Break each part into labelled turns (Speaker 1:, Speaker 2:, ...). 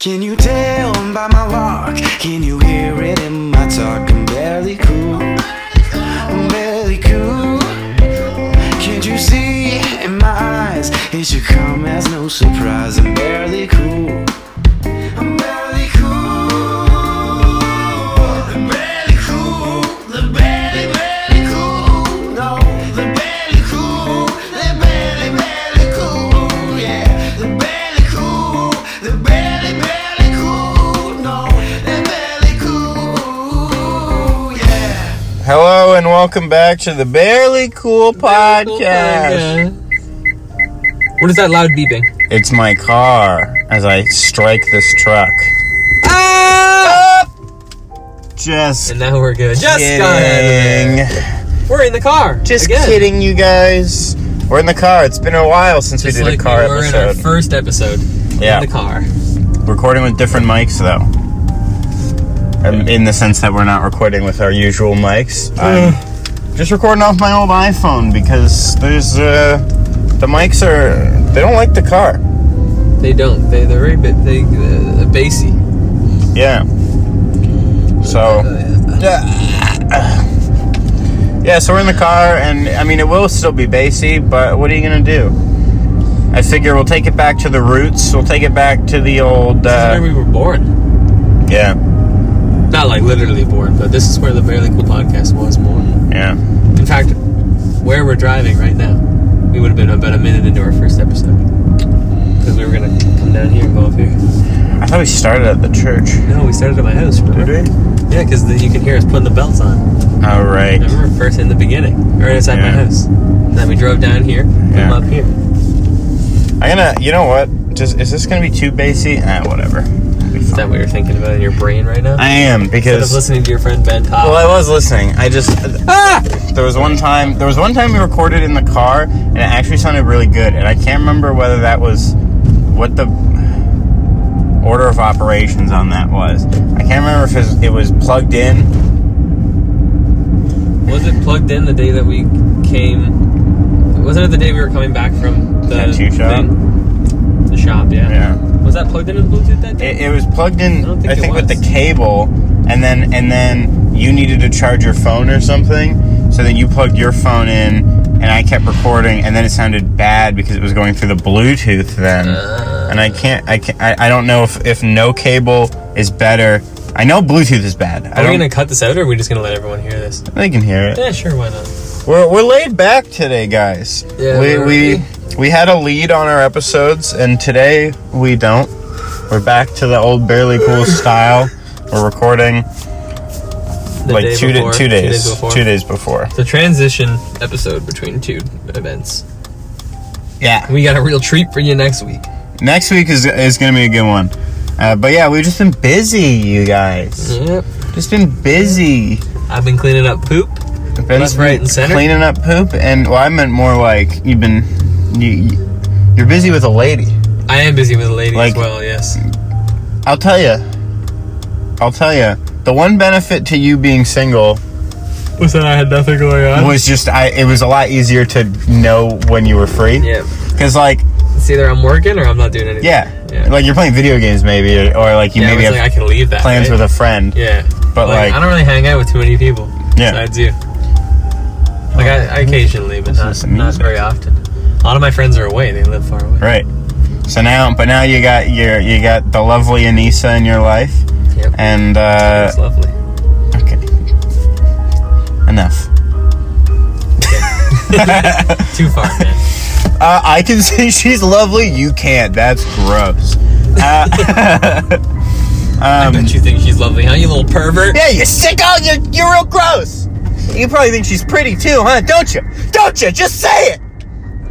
Speaker 1: Can you tell by my walk? Can you hear it in my talk? I'm barely cool. I'm barely cool. Can't you see it in my eyes? It should come as no surprise. I'm barely cool. I'm barely cool. I'm barely cool. They're barely, barely cool. No, they're barely cool. They're barely, barely cool. Yeah, they're barely cool. They're barely, barely cool. No, they're barely cool. Yeah.
Speaker 2: Hello and welcome back to the Barely Cool Oh Podcast.
Speaker 3: What is that loud beeping?
Speaker 2: It's my car as I strike this truck. Ah! Just
Speaker 3: And now we're good. Just
Speaker 2: kidding.
Speaker 3: got out of there. We're in the car.
Speaker 2: Just
Speaker 3: again.
Speaker 2: kidding, you guys. We're in the car. It's been a while since
Speaker 3: Just
Speaker 2: we did
Speaker 3: like
Speaker 2: a car
Speaker 3: we were in our
Speaker 2: episode.
Speaker 3: first episode.
Speaker 2: yeah,
Speaker 3: In the car.
Speaker 2: recording with different mics though. Um, in the sense that we're not recording with our usual mics. I'm
Speaker 3: Mm.
Speaker 2: just recording off my old iPhone because there's uh, the mics are they don't like the car.
Speaker 3: They don't. They they're very bit they uh, bassy.
Speaker 2: Yeah. So. Yeah, so we're in the car, and I mean, it will still be bassy, but what are you gonna do? I figure we'll take it back to the roots. We'll take it back to the old.
Speaker 3: This is where
Speaker 2: Uh,
Speaker 3: we were born.
Speaker 2: yeah,
Speaker 3: Not like literally born, but this is where the Barely Cool podcast was born.
Speaker 2: yeah.
Speaker 3: In fact, where we're driving right now, we would have been about a minute into our first episode because we were gonna come down here and go up here.
Speaker 2: I thought we started at the church.
Speaker 3: No, we started at my house. Remember? Yeah, because you can hear us putting the belts on.
Speaker 2: All right.
Speaker 3: I remember first in the beginning, right outside my
Speaker 2: Yeah.
Speaker 3: house. Then we drove down here, come
Speaker 2: Yeah.
Speaker 3: up here.
Speaker 2: I'm gonna. You know what? Just is this gonna be too bassy? Ah, whatever. It'll be
Speaker 3: Is that
Speaker 2: fine.
Speaker 3: what you're thinking about in your brain right now?
Speaker 2: I am
Speaker 3: Instead of
Speaker 2: because.
Speaker 3: listening to your friend Ben Todd.
Speaker 2: Well, I was listening. I just.
Speaker 3: ah!
Speaker 2: There was one time. There was one time we recorded in the car, and it actually sounded really good. And I can't remember whether that was what the order of operations on that was. I can't remember if it was, it was plugged in.
Speaker 3: Was it plugged in the day that we came? Wasn't it the day we were coming back from the
Speaker 2: Tattoo shop?
Speaker 3: thing? The shop, yeah.
Speaker 2: Yeah.
Speaker 3: Was that plugged into the Bluetooth that day?
Speaker 2: It, it was plugged in.
Speaker 3: I
Speaker 2: I
Speaker 3: don't
Speaker 2: think,
Speaker 3: think it
Speaker 2: with
Speaker 3: was.
Speaker 2: the cable, and then and then you needed to charge your phone or something. So then you plugged your phone in, and I kept recording, and then it sounded bad because it was going through the Bluetooth then.
Speaker 3: Uh,
Speaker 2: and I can't. I can't. I, I don't know if if no cable is better. I know Bluetooth is bad. I
Speaker 3: are we
Speaker 2: don't.
Speaker 3: gonna cut this out, or are we just gonna let everyone hear this?
Speaker 2: They can hear it.
Speaker 3: Yeah, sure, why not?
Speaker 2: We're we're laid back today, guys.
Speaker 3: Yeah,
Speaker 2: we
Speaker 3: we're
Speaker 2: we
Speaker 3: ready.
Speaker 2: we had a lead on our episodes, and today we don't. We're back to the old barely cool style. We're recording
Speaker 3: The
Speaker 2: like
Speaker 3: day
Speaker 2: two,
Speaker 3: before,
Speaker 2: da- two days, two days
Speaker 3: before.
Speaker 2: before.
Speaker 3: The transition episode between two events.
Speaker 2: Yeah.
Speaker 3: We got a real treat for you next week.
Speaker 2: Next week is is gonna be a good one. Uh, but yeah, we've just been busy, you guys.
Speaker 3: Yep.
Speaker 2: Just been busy.
Speaker 3: I've been cleaning up poop.
Speaker 2: Ben's
Speaker 3: Left, right, and center?
Speaker 2: cleaning up poop, and well, I meant more like you've been, you, you're busy with a lady.
Speaker 3: I am busy with a lady
Speaker 2: Like-
Speaker 3: as well. Yes.
Speaker 2: I'll tell you, I'll tell you, the one benefit to you being single
Speaker 3: Was that I had nothing going on?
Speaker 2: was just I. It was a lot easier to know when you were free,
Speaker 3: Yeah.
Speaker 2: because like
Speaker 3: It's either I'm working or I'm not doing anything.
Speaker 2: yeah,
Speaker 3: Yeah.
Speaker 2: like you're playing video games maybe, or, or like you
Speaker 3: Yeah,
Speaker 2: maybe
Speaker 3: I
Speaker 2: have
Speaker 3: was like, I can leave that.
Speaker 2: plans
Speaker 3: right?
Speaker 2: with a friend.
Speaker 3: Yeah.
Speaker 2: But, like-
Speaker 3: I don't really hang out with too many people.
Speaker 2: Yeah.
Speaker 3: Besides you. Like I, I occasionally, but
Speaker 2: This
Speaker 3: not,
Speaker 2: is
Speaker 3: not
Speaker 2: music.
Speaker 3: very often. A lot of my friends are away. They live far away.
Speaker 2: Right. So now, but now you got your you got the lovely Anissa in your life,
Speaker 3: Yep.
Speaker 2: and uh,
Speaker 3: It's lovely.
Speaker 2: okay, enough.
Speaker 3: Too far, man.
Speaker 2: Uh, I can say she's lovely. You can't. That's gross. Uh, Um,
Speaker 3: I bet you think she's lovely, huh? You little pervert.
Speaker 2: yeah, you sicko. You're, you're real gross. You probably think she's pretty too, huh? Don't you? Don't you? Just say it.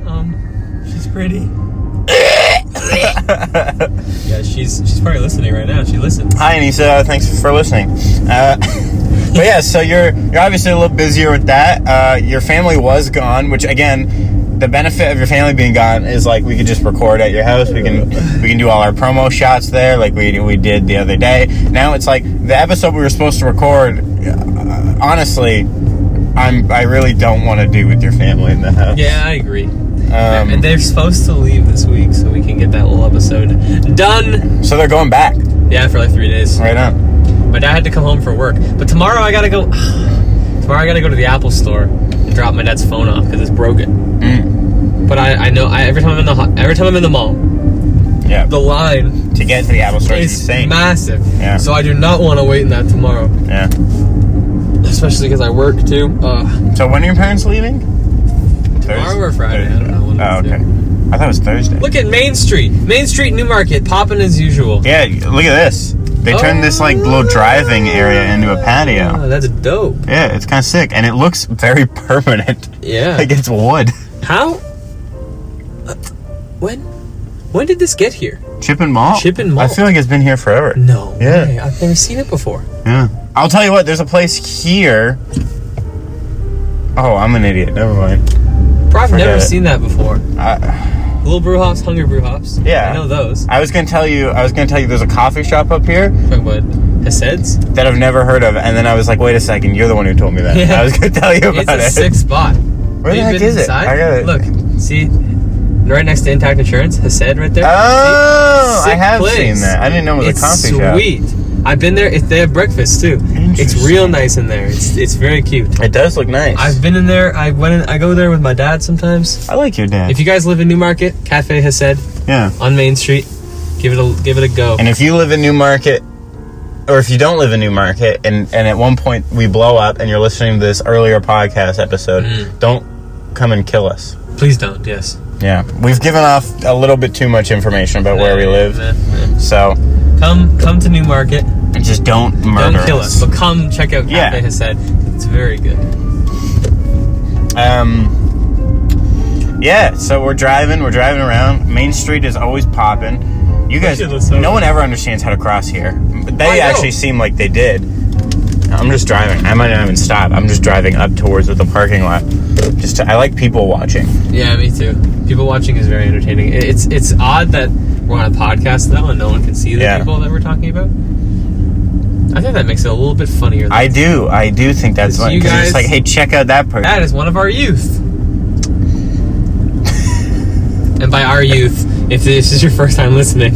Speaker 3: Um, she's pretty. yeah, she's she's probably listening right now. She listens.
Speaker 2: Hi, Anissa. Thanks for listening. Uh, but yeah, so you're you're obviously a little busier with that. Uh, your family was gone, which again, the benefit of your family being gone is like we could just record at your house. We can we can do all our promo shots there, like we we did the other day. Now it's like the episode we were supposed to record. Uh, honestly, I'm I really don't want to do with your family in the house.
Speaker 3: Yeah, I agree.
Speaker 2: Um,
Speaker 3: and they're supposed to leave this week, so we can get that little episode done.
Speaker 2: so they're going back
Speaker 3: Yeah, for like three days.
Speaker 2: right on.
Speaker 3: My dad had to come home for work, but tomorrow I gotta go. tomorrow I gotta go to the Apple store and drop my dad's phone off because it's broken.
Speaker 2: Mm.
Speaker 3: But I, I know I, every time I'm in the ho- every time I'm in the mall,
Speaker 2: Yeah.
Speaker 3: the line
Speaker 2: to get to the Apple store is
Speaker 3: is
Speaker 2: insane.
Speaker 3: massive.
Speaker 2: Yeah.
Speaker 3: So I do not want to wait in that tomorrow,
Speaker 2: yeah.
Speaker 3: especially because I work too. Uh,
Speaker 2: So when are your parents leaving?
Speaker 3: tomorrow or Friday? I don't know. When
Speaker 2: Oh,
Speaker 3: it's
Speaker 2: okay.
Speaker 3: due.
Speaker 2: I thought it was Thursday.
Speaker 3: Look at Main Street, Main Street Newmarket, popping as usual.
Speaker 2: Yeah, look at this. They turned this like little driving area into a
Speaker 3: Oh,
Speaker 2: patio.
Speaker 3: that's dope.
Speaker 2: Yeah, it's kind of sick, and it looks very permanent.
Speaker 3: Yeah.
Speaker 2: like it's wood.
Speaker 3: How? Uh, When? When did this get here?
Speaker 2: Chip and malt.
Speaker 3: Chip and
Speaker 2: I
Speaker 3: malt. Mm.
Speaker 2: feel like it's been here forever.
Speaker 3: No.
Speaker 2: Yeah.
Speaker 3: way. I've never seen it before.
Speaker 2: Yeah. I'll tell you what. There's a place here. Oh, I'm an idiot. Never mind.
Speaker 3: Bro, I've
Speaker 2: Forget
Speaker 3: never
Speaker 2: it.
Speaker 3: seen that before.
Speaker 2: I,
Speaker 3: Little Brew Hops, Hungry Brew Hops.
Speaker 2: Yeah.
Speaker 3: I know those.
Speaker 2: I was gonna tell you. I was gonna tell you. There's a coffee shop up here
Speaker 3: Talking about Hased's.
Speaker 2: that I've never heard of, and then I was like, wait a second, you're the one who told me that.
Speaker 3: Yeah.
Speaker 2: I was gonna tell you about
Speaker 3: It's a
Speaker 2: it.
Speaker 3: sick spot.
Speaker 2: Where the heck
Speaker 3: Have you been
Speaker 2: is it?
Speaker 3: inside?
Speaker 2: I got it.
Speaker 3: Look, see, right next to Intact Insurance, Hased right there.
Speaker 2: Oh,
Speaker 3: Sick
Speaker 2: I have
Speaker 3: place.
Speaker 2: seen that. I didn't know it was
Speaker 3: it's
Speaker 2: a coffee shop.
Speaker 3: sweet. I've been there. It, they have breakfast too. It's
Speaker 2: Interesting.
Speaker 3: real nice in there. It's it's very cute.
Speaker 2: It does look nice.
Speaker 3: I've been in there. I went. In, I go there with my dad sometimes.
Speaker 2: I like your dad.
Speaker 3: If you guys live in Newmarket, Cafe Hased
Speaker 2: yeah.
Speaker 3: on Main Street, give it a give it a go.
Speaker 2: And if you live in Newmarket, or if you don't live in Newmarket, and and at one point we blow up, and you're listening to this earlier podcast episode,
Speaker 3: Mm.
Speaker 2: don't come and kill us.
Speaker 3: Please don't. Yes.
Speaker 2: Yeah, we've given off a little bit too much information about where we live, so
Speaker 3: Come come to Newmarket.
Speaker 2: just don't murder
Speaker 3: don't kill us, but come check out Cafe
Speaker 2: Yeah.
Speaker 3: Hased. It's very good.
Speaker 2: Um, yeah, so we're driving, we're driving around. Main Street is always popping. You guys,
Speaker 3: Look at this, huh?
Speaker 2: no one ever understands how to cross here.
Speaker 3: I
Speaker 2: They
Speaker 3: know.
Speaker 2: actually seem like they did. I'm just driving. I might not even stop. I'm just driving up towards the parking lot. Just, to, I like people watching.
Speaker 3: Yeah, me too. People watching is very entertaining. It- It's it's odd that we're on a podcast though, and no one can see the
Speaker 2: Yeah.
Speaker 3: people that we're talking about. I think that makes it a little bit funnier.
Speaker 2: I do, I do think that's
Speaker 3: So
Speaker 2: funny.
Speaker 3: you
Speaker 2: 'cause it's
Speaker 3: guys-
Speaker 2: like, hey, check out that person.
Speaker 3: that is one of our youth. and by our youth, if this is your first time listening,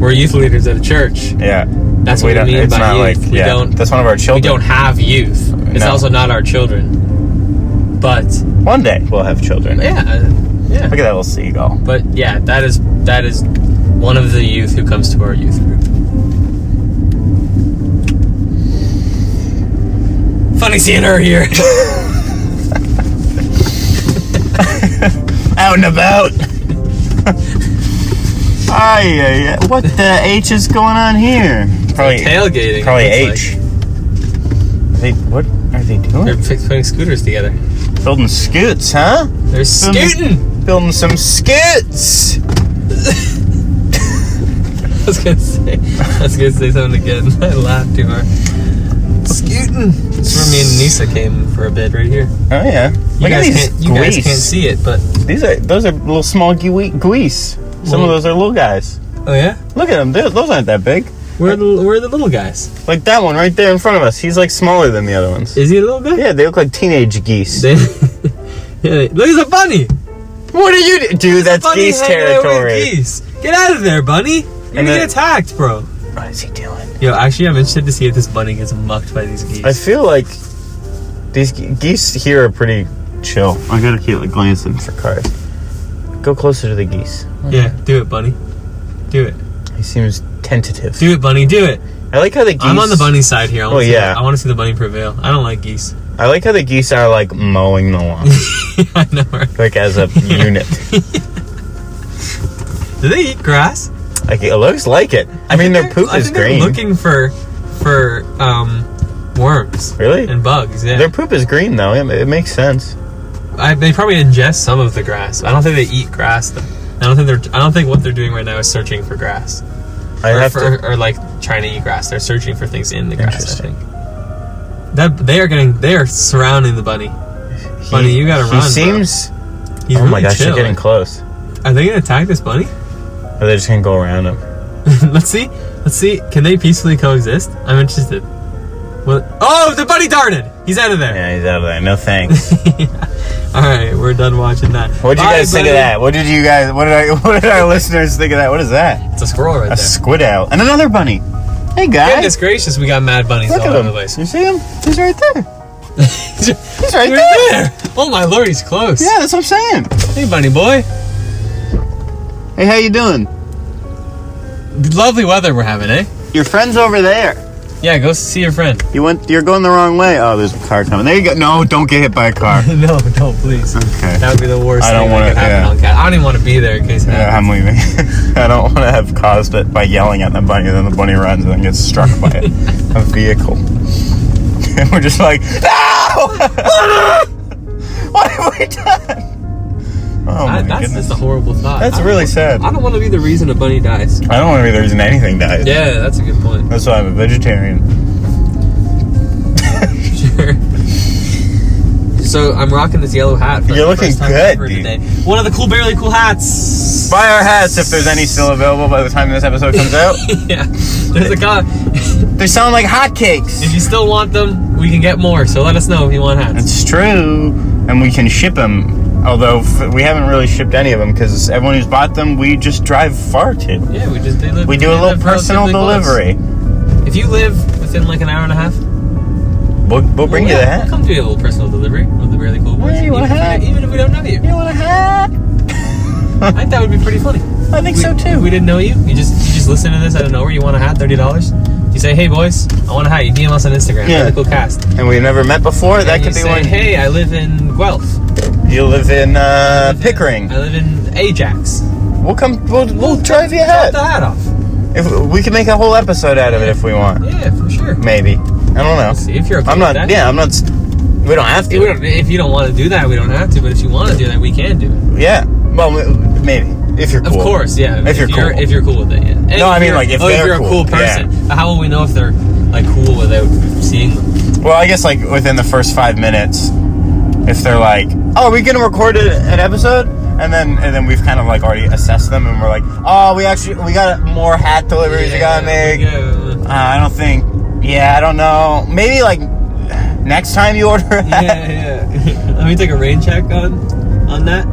Speaker 3: we're youth leaders at a church.
Speaker 2: yeah,
Speaker 3: That's what we
Speaker 2: don't.
Speaker 3: mean
Speaker 2: it's
Speaker 3: by
Speaker 2: not
Speaker 3: youth.
Speaker 2: like
Speaker 3: We
Speaker 2: yeah,
Speaker 3: don't-
Speaker 2: That's one of our
Speaker 3: We
Speaker 2: children.
Speaker 3: don't have youth. It's
Speaker 2: No.
Speaker 3: also not our children. But
Speaker 2: One day we'll have children.
Speaker 3: yeah, uh, yeah.
Speaker 2: Look at that little seagull.
Speaker 3: But yeah, that is that is one of the youth who comes to our youth group. Funny seeing her here.
Speaker 2: out and about. Ay, ay, ay. what the H is going on here? Probably,
Speaker 3: Tailgating.
Speaker 2: probably
Speaker 3: it looks
Speaker 2: H.
Speaker 3: like.
Speaker 2: They, what are they
Speaker 3: They're
Speaker 2: doing?
Speaker 3: fi- putting scooters together.
Speaker 2: Building scoots, huh?
Speaker 3: They're scooting.
Speaker 2: Building some scoots. Oh,
Speaker 3: I was gonna say. I was gonna say something again. I laughed too hard. Scooting. That's where me and Nisa came for a bit right here.
Speaker 2: Oh yeah.
Speaker 3: You
Speaker 2: Look at
Speaker 3: guys
Speaker 2: these
Speaker 3: can't, you guys
Speaker 2: geese.
Speaker 3: can't see it, but
Speaker 2: These are those are little small gui- geese. Some
Speaker 3: Little-
Speaker 2: of those are little guys.
Speaker 3: oh yeah,
Speaker 2: Look at them. Those aren't that big.
Speaker 3: where are the where are the little guys?
Speaker 2: Like that one right there in front of us. He's like smaller than the other ones.
Speaker 3: Is he a little guy?
Speaker 2: Yeah, they look like teenage geese.
Speaker 3: They, yeah, look, it's a bunny.
Speaker 2: what are you, do- dude? That's
Speaker 3: bunny
Speaker 2: geese
Speaker 3: hanging out with
Speaker 2: territory.
Speaker 3: Geese. Get out of there, bunny. You're gonna
Speaker 2: then-
Speaker 3: get attacked, bro.
Speaker 2: What is he doing?
Speaker 3: Yo, actually, I'm interested to see if this bunny gets mucked by these geese.
Speaker 2: I feel like these ge- geese here are pretty chill. I gotta keep like glancing for cars. Go closer to the geese.
Speaker 3: yeah, do it, bunny. Do it.
Speaker 2: He seems tentative.
Speaker 3: Do it, bunny. Do it.
Speaker 2: I like how the geese.
Speaker 3: I'm on the bunny side here. I wanna
Speaker 2: Oh,
Speaker 3: see-
Speaker 2: yeah.
Speaker 3: I want to see the bunny prevail. I don't like geese.
Speaker 2: I like how the geese are like mowing the lawn,
Speaker 3: I know. right?
Speaker 2: like as a unit.
Speaker 3: Do they eat grass?
Speaker 2: Like it looks like it. I, mean, their
Speaker 3: They're-
Speaker 2: poop
Speaker 3: I
Speaker 2: is
Speaker 3: think they're
Speaker 2: green.
Speaker 3: Looking for for um worms.
Speaker 2: Really?
Speaker 3: And bugs. Yeah.
Speaker 2: Their poop is green though. It, it makes sense.
Speaker 3: I, they probably ingest some of the grass. I don't think they eat grass though. I don't think they're. I don't think what they're doing right now is searching for grass.
Speaker 2: I
Speaker 3: or,
Speaker 2: have
Speaker 3: for,
Speaker 2: to.
Speaker 3: or like trying to eat grass. They're searching for things in the grass. I
Speaker 2: Interesting.
Speaker 3: think that they are getting they are surrounding the bunny.
Speaker 2: He,
Speaker 3: Bunny, you gotta
Speaker 2: he
Speaker 3: run, bro.
Speaker 2: seems.
Speaker 3: He's
Speaker 2: oh
Speaker 3: really
Speaker 2: my gosh,
Speaker 3: chill.
Speaker 2: they're getting close.
Speaker 3: are they gonna attack this bunny?
Speaker 2: Are they just gonna go around him?
Speaker 3: Let's see. Let's see. Can they peacefully coexist? I'm interested. What? Oh, the bunny darted. He's out of there.
Speaker 2: Yeah, he's out of there. No thanks.
Speaker 3: All right, we're done watching that.
Speaker 2: What did you
Speaker 3: All
Speaker 2: guys
Speaker 3: right,
Speaker 2: think of
Speaker 3: buddy.
Speaker 2: that? What did you guys? What did I? What did our listeners think of that? What is that?
Speaker 3: It's a squirrel right
Speaker 2: A
Speaker 3: there.
Speaker 2: squid owl and another bunny. Hey guys,
Speaker 3: Goodness gracious, we got mad bunnies
Speaker 2: look
Speaker 3: all
Speaker 2: at
Speaker 3: over
Speaker 2: him.
Speaker 3: the place.
Speaker 2: You see him? He's right there. He's right
Speaker 3: You're
Speaker 2: there.
Speaker 3: there. Oh my lord, he's close.
Speaker 2: Yeah, that's what I'm saying.
Speaker 3: Hey, bunny boy.
Speaker 2: Hey, how you doing?
Speaker 3: Lovely weather we're having, eh?
Speaker 2: Your friend's over there.
Speaker 3: Yeah, go see your friend.
Speaker 2: You went. You're going the wrong way. Oh, there's a car coming. There you go. No, don't get hit by a car.
Speaker 3: no, no, please.
Speaker 2: Okay.
Speaker 3: That would be the worst
Speaker 2: I don't
Speaker 3: thing that
Speaker 2: wanna-
Speaker 3: could happen
Speaker 2: yeah.
Speaker 3: on cat. I don't even want to be there in case it
Speaker 2: Yeah, I'm
Speaker 3: happens.
Speaker 2: leaving. I don't want to have caused it by yelling at the bunny, and then the bunny runs and then gets struck by a, a vehicle. And we're just like, no! what have we done? Oh my
Speaker 3: I- that's
Speaker 2: goodness.
Speaker 3: just a horrible thought.
Speaker 2: That's
Speaker 3: I don't
Speaker 2: really
Speaker 3: wa-
Speaker 2: sad.
Speaker 3: I don't want to be the reason a bunny dies.
Speaker 2: I don't want to be the reason anything dies.
Speaker 3: Yeah, that's a good point.
Speaker 2: That's why I'm a vegetarian.
Speaker 3: Sure. So I'm rocking this yellow hat. For
Speaker 2: You're
Speaker 3: the
Speaker 2: looking
Speaker 3: first time
Speaker 2: good,
Speaker 3: ever
Speaker 2: dude.
Speaker 3: Today. One of the cool, barely cool hats.
Speaker 2: Buy our hats if there's any still available by the time this episode comes out.
Speaker 3: yeah, there's a guy.
Speaker 2: they sound like
Speaker 3: If
Speaker 2: hotcakes.
Speaker 3: you still want them, we can get more. So let us know if you want hats.
Speaker 2: It's true, and we can ship them. Although f- we haven't really shipped any of them because everyone who's bought them, we just drive far to.
Speaker 3: Yeah, we just deliver.
Speaker 2: We do a little
Speaker 3: live
Speaker 2: personal
Speaker 3: relatively close.
Speaker 2: delivery.
Speaker 3: If you live within like an hour and a half,
Speaker 2: We'll, we'll bring
Speaker 3: well,
Speaker 2: you the
Speaker 3: yeah,
Speaker 2: hat.
Speaker 3: We'll come do you a little personal delivery of the really cool boys.
Speaker 2: Hey, you want a
Speaker 3: even, if we-
Speaker 2: hat?
Speaker 3: even if we don't know you,
Speaker 2: You want a hat?
Speaker 3: I think that would be pretty funny.
Speaker 2: I think
Speaker 3: We-
Speaker 2: so too.
Speaker 3: We didn't know you. You just you just listen to this out of nowhere. You want a hat? Thirty dollars. You say, hey boys, I want a hat. You DM us on Instagram.
Speaker 2: Yeah.
Speaker 3: Really cool cast.
Speaker 2: and we've never met before. that
Speaker 3: And
Speaker 2: could
Speaker 3: you
Speaker 2: be
Speaker 3: say,
Speaker 2: one.
Speaker 3: Hey, I live in Guelph.
Speaker 2: You live in uh,
Speaker 3: I
Speaker 2: Pickering.
Speaker 3: live in Ajax.
Speaker 2: We'll come. We'll, we'll drive you a
Speaker 3: Drop
Speaker 2: hat.
Speaker 3: the hat off.
Speaker 2: If we can make a whole episode out of it if we want.
Speaker 3: Yeah, for sure.
Speaker 2: Maybe. I don't know.
Speaker 3: See if you're okay
Speaker 2: I'm
Speaker 3: with
Speaker 2: not.
Speaker 3: that.
Speaker 2: Yeah, I'm not. s- We don't have
Speaker 3: If, we
Speaker 2: to.
Speaker 3: don't, if you don't want to do that, we don't have to. But if you want to do that, we can do it.
Speaker 2: Yeah. Well, m- maybe if you're
Speaker 3: Of
Speaker 2: cool.
Speaker 3: course, yeah.
Speaker 2: If you're cool.
Speaker 3: if you're cool with it, yeah. And if
Speaker 2: I mean,
Speaker 3: you're-
Speaker 2: like, if
Speaker 3: oh,
Speaker 2: they're
Speaker 3: you're a
Speaker 2: cool,
Speaker 3: cool person, But how will we know if they're like cool without seeing them?
Speaker 2: Well, I guess like within the first five minutes, if they're like, "Oh, are we gonna record it, an episode?" and then and then we've kind of like already assessed them, and we're like, "Oh, we actually we got more hat deliveries we gotta make."
Speaker 3: Yeah,
Speaker 2: Uh, I don't think. Yeah, I don't know. Maybe like next time you order a hat.
Speaker 3: yeah. yeah. Let me take a rain check on on that.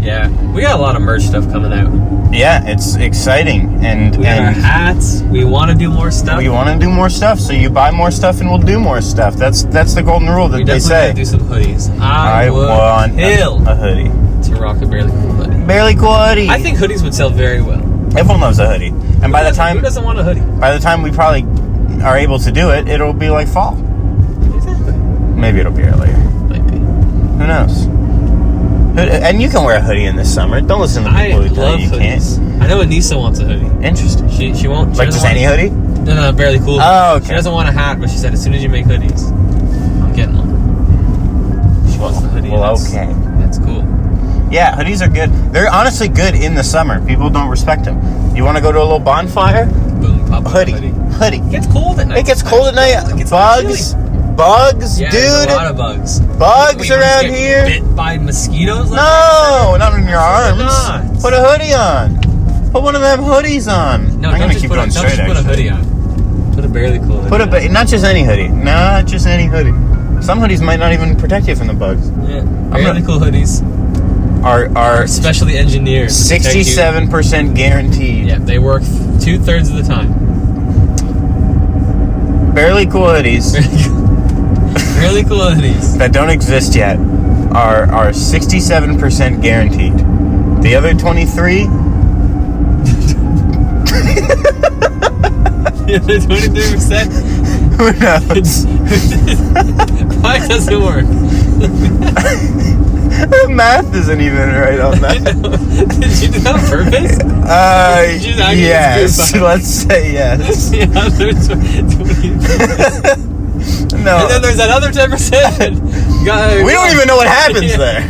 Speaker 3: Yeah, we got a lot of merch stuff coming out.
Speaker 2: Yeah, it's exciting, and
Speaker 3: We got our
Speaker 2: and
Speaker 3: hats. We want to do more stuff.
Speaker 2: we want to do more stuff. So you buy more stuff, and we'll do more stuff. That's that's the golden rule that
Speaker 3: We
Speaker 2: they
Speaker 3: definitely
Speaker 2: say.
Speaker 3: gotta do some hoodies. I,
Speaker 2: I
Speaker 3: would
Speaker 2: want a-
Speaker 3: kill
Speaker 2: a hoodie.
Speaker 3: to rock a barely cool hoodie.
Speaker 2: Barely cool hoodie.
Speaker 3: I think hoodies would sell very well.
Speaker 2: everyone loves a hoodie, and by the
Speaker 3: who
Speaker 2: time
Speaker 3: doesn't want a hoodie?
Speaker 2: by the time we probably are able to do it, it'll be like fall.
Speaker 3: Exactly.
Speaker 2: Maybe it'll be earlier.
Speaker 3: Might be.
Speaker 2: Who knows? Hood- And you can wear a hoodie in this summer. Don't listen to
Speaker 3: I
Speaker 2: people who tell
Speaker 3: love
Speaker 2: you you
Speaker 3: hoodies.
Speaker 2: can't.
Speaker 3: I know Anissa wants a hoodie.
Speaker 2: Interesting.
Speaker 3: She she won't. She
Speaker 2: Like
Speaker 3: doesn't
Speaker 2: just any
Speaker 3: want,
Speaker 2: hoodie?
Speaker 3: No, no, barely cool.
Speaker 2: Oh, okay.
Speaker 3: She doesn't want a hat, but she said as soon as you make hoodies, I'm getting one. She wants the hoodie.
Speaker 2: Well,
Speaker 3: and that's-
Speaker 2: okay.
Speaker 3: That's cool.
Speaker 2: Yeah, hoodies are good. They're honestly good in the summer. People don't respect them. You want to go to a little bonfire?
Speaker 3: Boom, pop up
Speaker 2: Hoodie.
Speaker 3: a hoodie.
Speaker 2: Hoodie.
Speaker 3: It gets cold at night.
Speaker 2: It gets cold at
Speaker 3: It
Speaker 2: night.
Speaker 3: gets a little
Speaker 2: Bugs.
Speaker 3: chilly.
Speaker 2: Bugs,
Speaker 3: Yeah, there's a lot
Speaker 2: dude.
Speaker 3: of bugs.
Speaker 2: Bugs
Speaker 3: Wait, you just
Speaker 2: around
Speaker 3: get
Speaker 2: here.
Speaker 3: Bit by mosquitoes. left
Speaker 2: No, not in your arms.
Speaker 3: not.
Speaker 2: Put a hoodie on. Put one of them hoodies on.
Speaker 3: No,
Speaker 2: I'm
Speaker 3: don't
Speaker 2: gonna
Speaker 3: just
Speaker 2: keep
Speaker 3: put
Speaker 2: going
Speaker 3: a,
Speaker 2: straight.
Speaker 3: Don't just put a
Speaker 2: actually.
Speaker 3: hoodie on. Put a barely cool hoodie.
Speaker 2: Put a
Speaker 3: on.
Speaker 2: ba- not just any hoodie. Not just any hoodie. Some hoodies might not even protect you from the bugs.
Speaker 3: Yeah.
Speaker 2: gonna-
Speaker 3: Barely cool hoodies
Speaker 2: Are are
Speaker 3: are specially engineered. to protect you.
Speaker 2: sixty-seven percent guaranteed.
Speaker 3: Yeah, they work two thirds of the time.
Speaker 2: Barely cool hoodies
Speaker 3: really cool hoodies.
Speaker 2: that don't exist yet are are sixty-seven percent guaranteed. The other twenty-three.
Speaker 3: Twenty-three percent.
Speaker 2: Who knows?
Speaker 3: Why does it work?
Speaker 2: the math isn't even right on that.
Speaker 3: Did you do that on purpose?
Speaker 2: Uh,
Speaker 3: Did you not get
Speaker 2: yes.
Speaker 3: this goodbye?
Speaker 2: Let's say yes.
Speaker 3: yeah, there's 20.
Speaker 2: No.
Speaker 3: And then there's that other ten percent.
Speaker 2: We don't even know what happens there.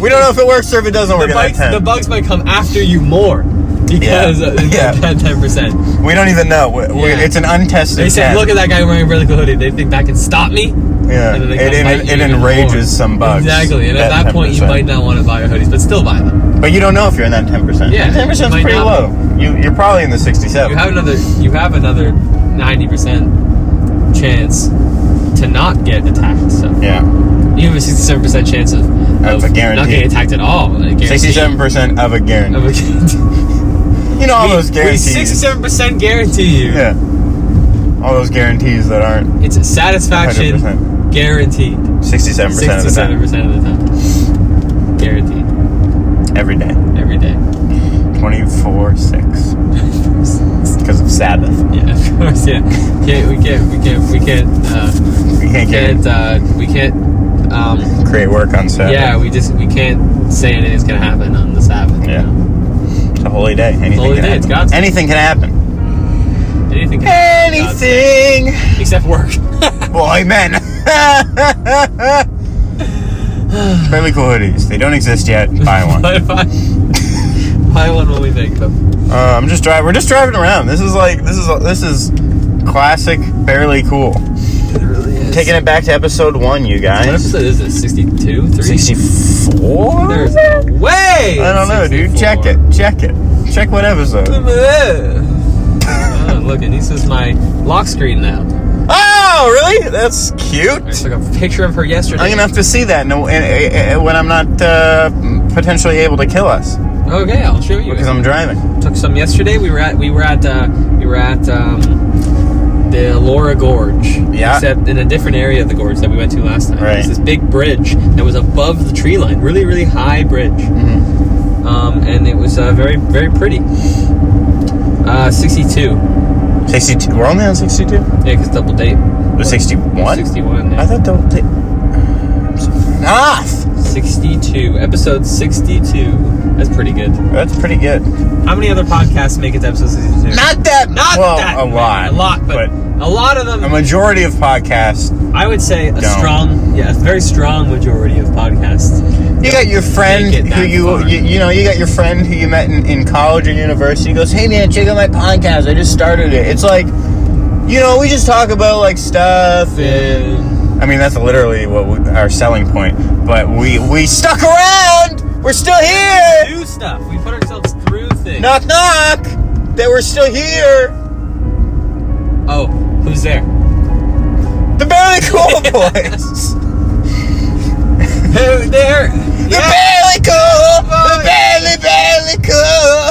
Speaker 2: We don't know if it works or if it doesn't
Speaker 3: The
Speaker 2: work. at
Speaker 3: bugs,
Speaker 2: that
Speaker 3: the
Speaker 2: time.
Speaker 3: bugs might come after you more because
Speaker 2: Yeah.
Speaker 3: of that-
Speaker 2: Yeah.
Speaker 3: that ten percent.
Speaker 2: we don't even know. We- we-
Speaker 3: Yeah.
Speaker 2: It's an untested.
Speaker 3: They said,
Speaker 2: test.
Speaker 3: "Look at that guy wearing a really cool hoodie. They think that can stop me."
Speaker 2: Yeah.
Speaker 3: And then
Speaker 2: It,
Speaker 3: they come bite
Speaker 2: it,
Speaker 3: you
Speaker 2: it
Speaker 3: even
Speaker 2: enrages
Speaker 3: more.
Speaker 2: some bugs.
Speaker 3: Exactly, and at that point, you
Speaker 2: 10%.
Speaker 3: might not want to buy your hoodies, but still buy them.
Speaker 2: But you don't know if you're in that ten percent.
Speaker 3: Yeah,
Speaker 2: ten
Speaker 3: you
Speaker 2: percent is
Speaker 3: might
Speaker 2: pretty
Speaker 3: not
Speaker 2: low. You, you're probably in the
Speaker 3: You
Speaker 2: sixty-seven.
Speaker 3: have another. You have another ninety percent chance to not get attacked. So
Speaker 2: yeah.
Speaker 3: You have a sixty-seven percent chance of,
Speaker 2: That's
Speaker 3: of
Speaker 2: a guarantee.
Speaker 3: not getting attacked at all. Like, guaranteed.
Speaker 2: Sixty-seven percent of a guarantee.
Speaker 3: Of a guarantee.
Speaker 2: You know all those guarantees.
Speaker 3: Sixty-seven percent guarantee you.
Speaker 2: yeah. All those guarantees that aren't
Speaker 3: It's a satisfaction
Speaker 2: 100%.
Speaker 3: guaranteed.
Speaker 2: sixty-seven percent of the
Speaker 3: Sixty-seven
Speaker 2: time.
Speaker 3: percent of the time, guaranteed
Speaker 2: Every day,
Speaker 3: every day.
Speaker 2: twenty-four six, because of Sabbath.
Speaker 3: Yeah, of course. Yeah, can't, we can't, we can't, we can't, uh,
Speaker 2: We can't get
Speaker 3: can't, uh, we can't. Um,
Speaker 2: create work on Sabbath.
Speaker 3: yeah, we just we can't say anything's gonna happen on the Sabbath. you
Speaker 2: Yeah.
Speaker 3: know?
Speaker 2: it's a holy day. Anything
Speaker 3: holy
Speaker 2: can
Speaker 3: day.
Speaker 2: Happen.
Speaker 3: It's God's day.
Speaker 2: Anything can happen.
Speaker 3: anything can happen on God's day,
Speaker 2: Anything.
Speaker 3: except work.
Speaker 2: Well, amen. Fairly cool hoodies. They don't exist yet. Buy one.
Speaker 3: Buy one. Buy one when we make them.
Speaker 2: Uh, I'm just driving. We're just driving around. This is like this is this is classic. Barely cool.
Speaker 3: It really is.
Speaker 2: Taking it back to episode one, you
Speaker 3: What
Speaker 2: guys.
Speaker 3: episode is this? 62? 3?
Speaker 2: 64.
Speaker 3: There's no way!
Speaker 2: I don't know, dude. Check it. Check it. Check what episode.
Speaker 3: oh, look, and this is my lock screen now.
Speaker 2: Oh, really? That's
Speaker 3: I
Speaker 2: cute.
Speaker 3: took a picture of her yesterday.
Speaker 2: I'm gonna have to see that no, eh, and, and, when I'm not uh, potentially able to kill us
Speaker 3: Okay, I'll show you.
Speaker 2: because I'm driving.
Speaker 3: took some yesterday. We were at we were at uh, we were at um, the Laura Gorge.
Speaker 2: Yeah.
Speaker 3: Except in a different area of the gorge that we went to last time.
Speaker 2: Right.
Speaker 3: There's this big bridge that was above the tree line. Really, really high bridge.
Speaker 2: Mm-hmm.
Speaker 3: Um, and it was uh, very, very pretty. Uh, 62. Yeah,
Speaker 2: 62. We're only on 62.
Speaker 3: because double date.
Speaker 2: Or 61.
Speaker 3: 61. Yeah.
Speaker 2: I thought double take. Ah,
Speaker 3: 62. Episode 62. That's pretty good.
Speaker 2: that's pretty good.
Speaker 3: How many other podcasts make it to episode 62?
Speaker 2: Not that.
Speaker 3: Not
Speaker 2: well,
Speaker 3: that
Speaker 2: a
Speaker 3: many.
Speaker 2: lot.
Speaker 3: A lot, but, a lot of them.
Speaker 2: a majority of podcasts.
Speaker 3: I would say a
Speaker 2: Don't.
Speaker 3: strong, yeah, a very strong majority of podcasts.
Speaker 2: You got your friend
Speaker 3: Make it
Speaker 2: who
Speaker 3: that
Speaker 2: you,
Speaker 3: far.
Speaker 2: you you know you got your friend who you met in, in college or university goes, hey man, check out my podcast. I just started it. It's like, you know, we just talk about like stuff. And, I mean, that's literally what we, our selling point. But we we stuck around. We're still here.
Speaker 3: do stuff. We put ourselves through things.
Speaker 2: Knock knock. That we're still here.
Speaker 3: Oh, who's there?
Speaker 2: The Barely Cool Boys.
Speaker 3: Who there?
Speaker 2: The Barely Cool. The Barely Barely Cool.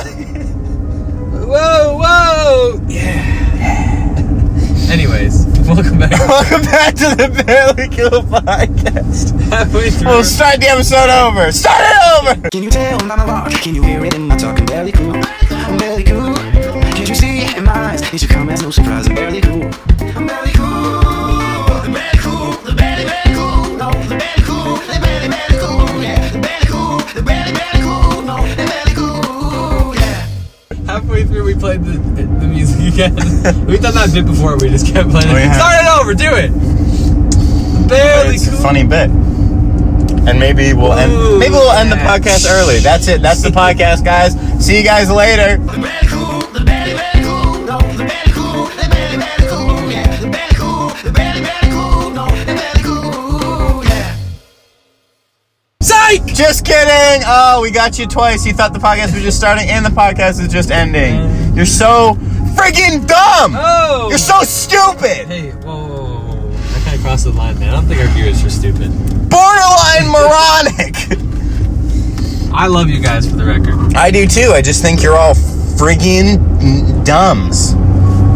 Speaker 3: Whoa, whoa! Yeah. Anyways, welcome back.
Speaker 2: Welcome back to the Barely Cool podcast.
Speaker 3: Halfway through.
Speaker 2: We'll start the episode over. Start it over.
Speaker 1: Can you tell by my walk? Can you hear it in my talk? I'm barely cool. I'm barely cool. Can't you see it in my eyes? It should come as no surprise. I'm barely cool. I'm barely cool. The barely cool. The barely barely cool. No, the barely cool. The barely barely cool. Yeah, the barely cool. The barely barely cool. No, the barely cool. Yeah.
Speaker 3: halfway through, we played the, the music again. We've done that bit before. We just kept playing.
Speaker 2: We
Speaker 3: it.
Speaker 2: have.
Speaker 3: Start it over. Do it. Barely
Speaker 2: It's a
Speaker 3: cool.
Speaker 2: funny bit. And maybe we'll end.
Speaker 3: Ooh,
Speaker 2: Maybe we'll end the
Speaker 3: yeah.
Speaker 2: podcast early. That's it. That's the podcast, guys. See you guys later.
Speaker 1: The barely cool. The barely barely cool. No, the barely cool. The barely barely cool. Yeah, the barely cool. The barely barely cool. No, the barely cool. Yeah.
Speaker 3: Psych.
Speaker 2: Just kidding. Oh, we got you twice. You thought the podcast was just starting, and the podcast is just ending. You're so freaking dumb.
Speaker 3: Oh.
Speaker 2: You're so stupid!
Speaker 3: Hey, whoa, whoa, whoa, whoa, whoa. That kind of crossed the line, man. I don't think our viewers are stupid.
Speaker 2: Borderline moronic!
Speaker 3: I love you guys for the record.
Speaker 2: I do too. I just think you're all friggin' dumbs.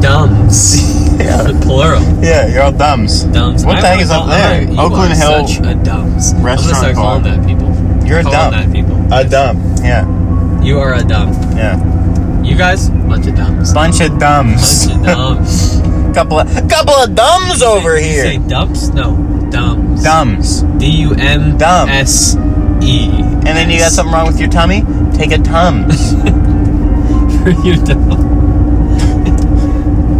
Speaker 3: Dumbs.
Speaker 2: Yeah.
Speaker 3: The plural.
Speaker 2: Yeah, you're all dumbs.
Speaker 3: Dumbs.
Speaker 2: What
Speaker 3: I
Speaker 2: the heck
Speaker 3: wanna
Speaker 2: is up
Speaker 3: call-
Speaker 2: there?
Speaker 3: I wanna- you
Speaker 2: Oakland
Speaker 3: are
Speaker 2: Hill
Speaker 3: Such a dumbs. I'm gonna
Speaker 2: restaurant
Speaker 3: start calling
Speaker 2: bar.
Speaker 3: that people.
Speaker 2: You're a dumb.
Speaker 3: Calling That people.
Speaker 2: A dumb. Yeah.
Speaker 3: You are a dumb.
Speaker 2: Yeah.
Speaker 3: You guys, bunch of dumbs.
Speaker 2: Bunch of dumbs.
Speaker 3: Bunch of dumbs.
Speaker 2: couple of couple of dumbs over
Speaker 3: You Say
Speaker 2: here.
Speaker 3: dumps? No, dumbs.
Speaker 2: Dumbs.
Speaker 3: D U M
Speaker 2: Dumb.
Speaker 3: S E.
Speaker 2: And then you got something wrong with your tummy? Take a tums.
Speaker 3: You're dumb.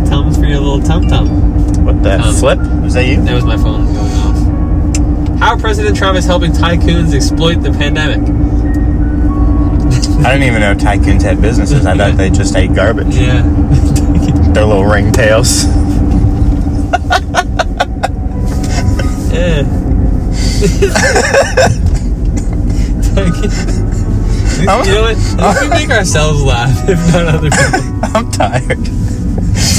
Speaker 3: Tums for your little tum tum.
Speaker 2: What the
Speaker 3: Tum.
Speaker 2: flip? Was that you?
Speaker 3: That was my phone going off. How are President Trump is helping tycoons exploit the pandemic?
Speaker 2: I didn't even know tycoons had businesses. I thought they just ate garbage.
Speaker 3: Yeah.
Speaker 2: Their little ringtails.
Speaker 3: Eh. Tycoon-
Speaker 2: I'm-
Speaker 3: you know what? If we make ourselves laugh, if not other people.
Speaker 2: I'm tired.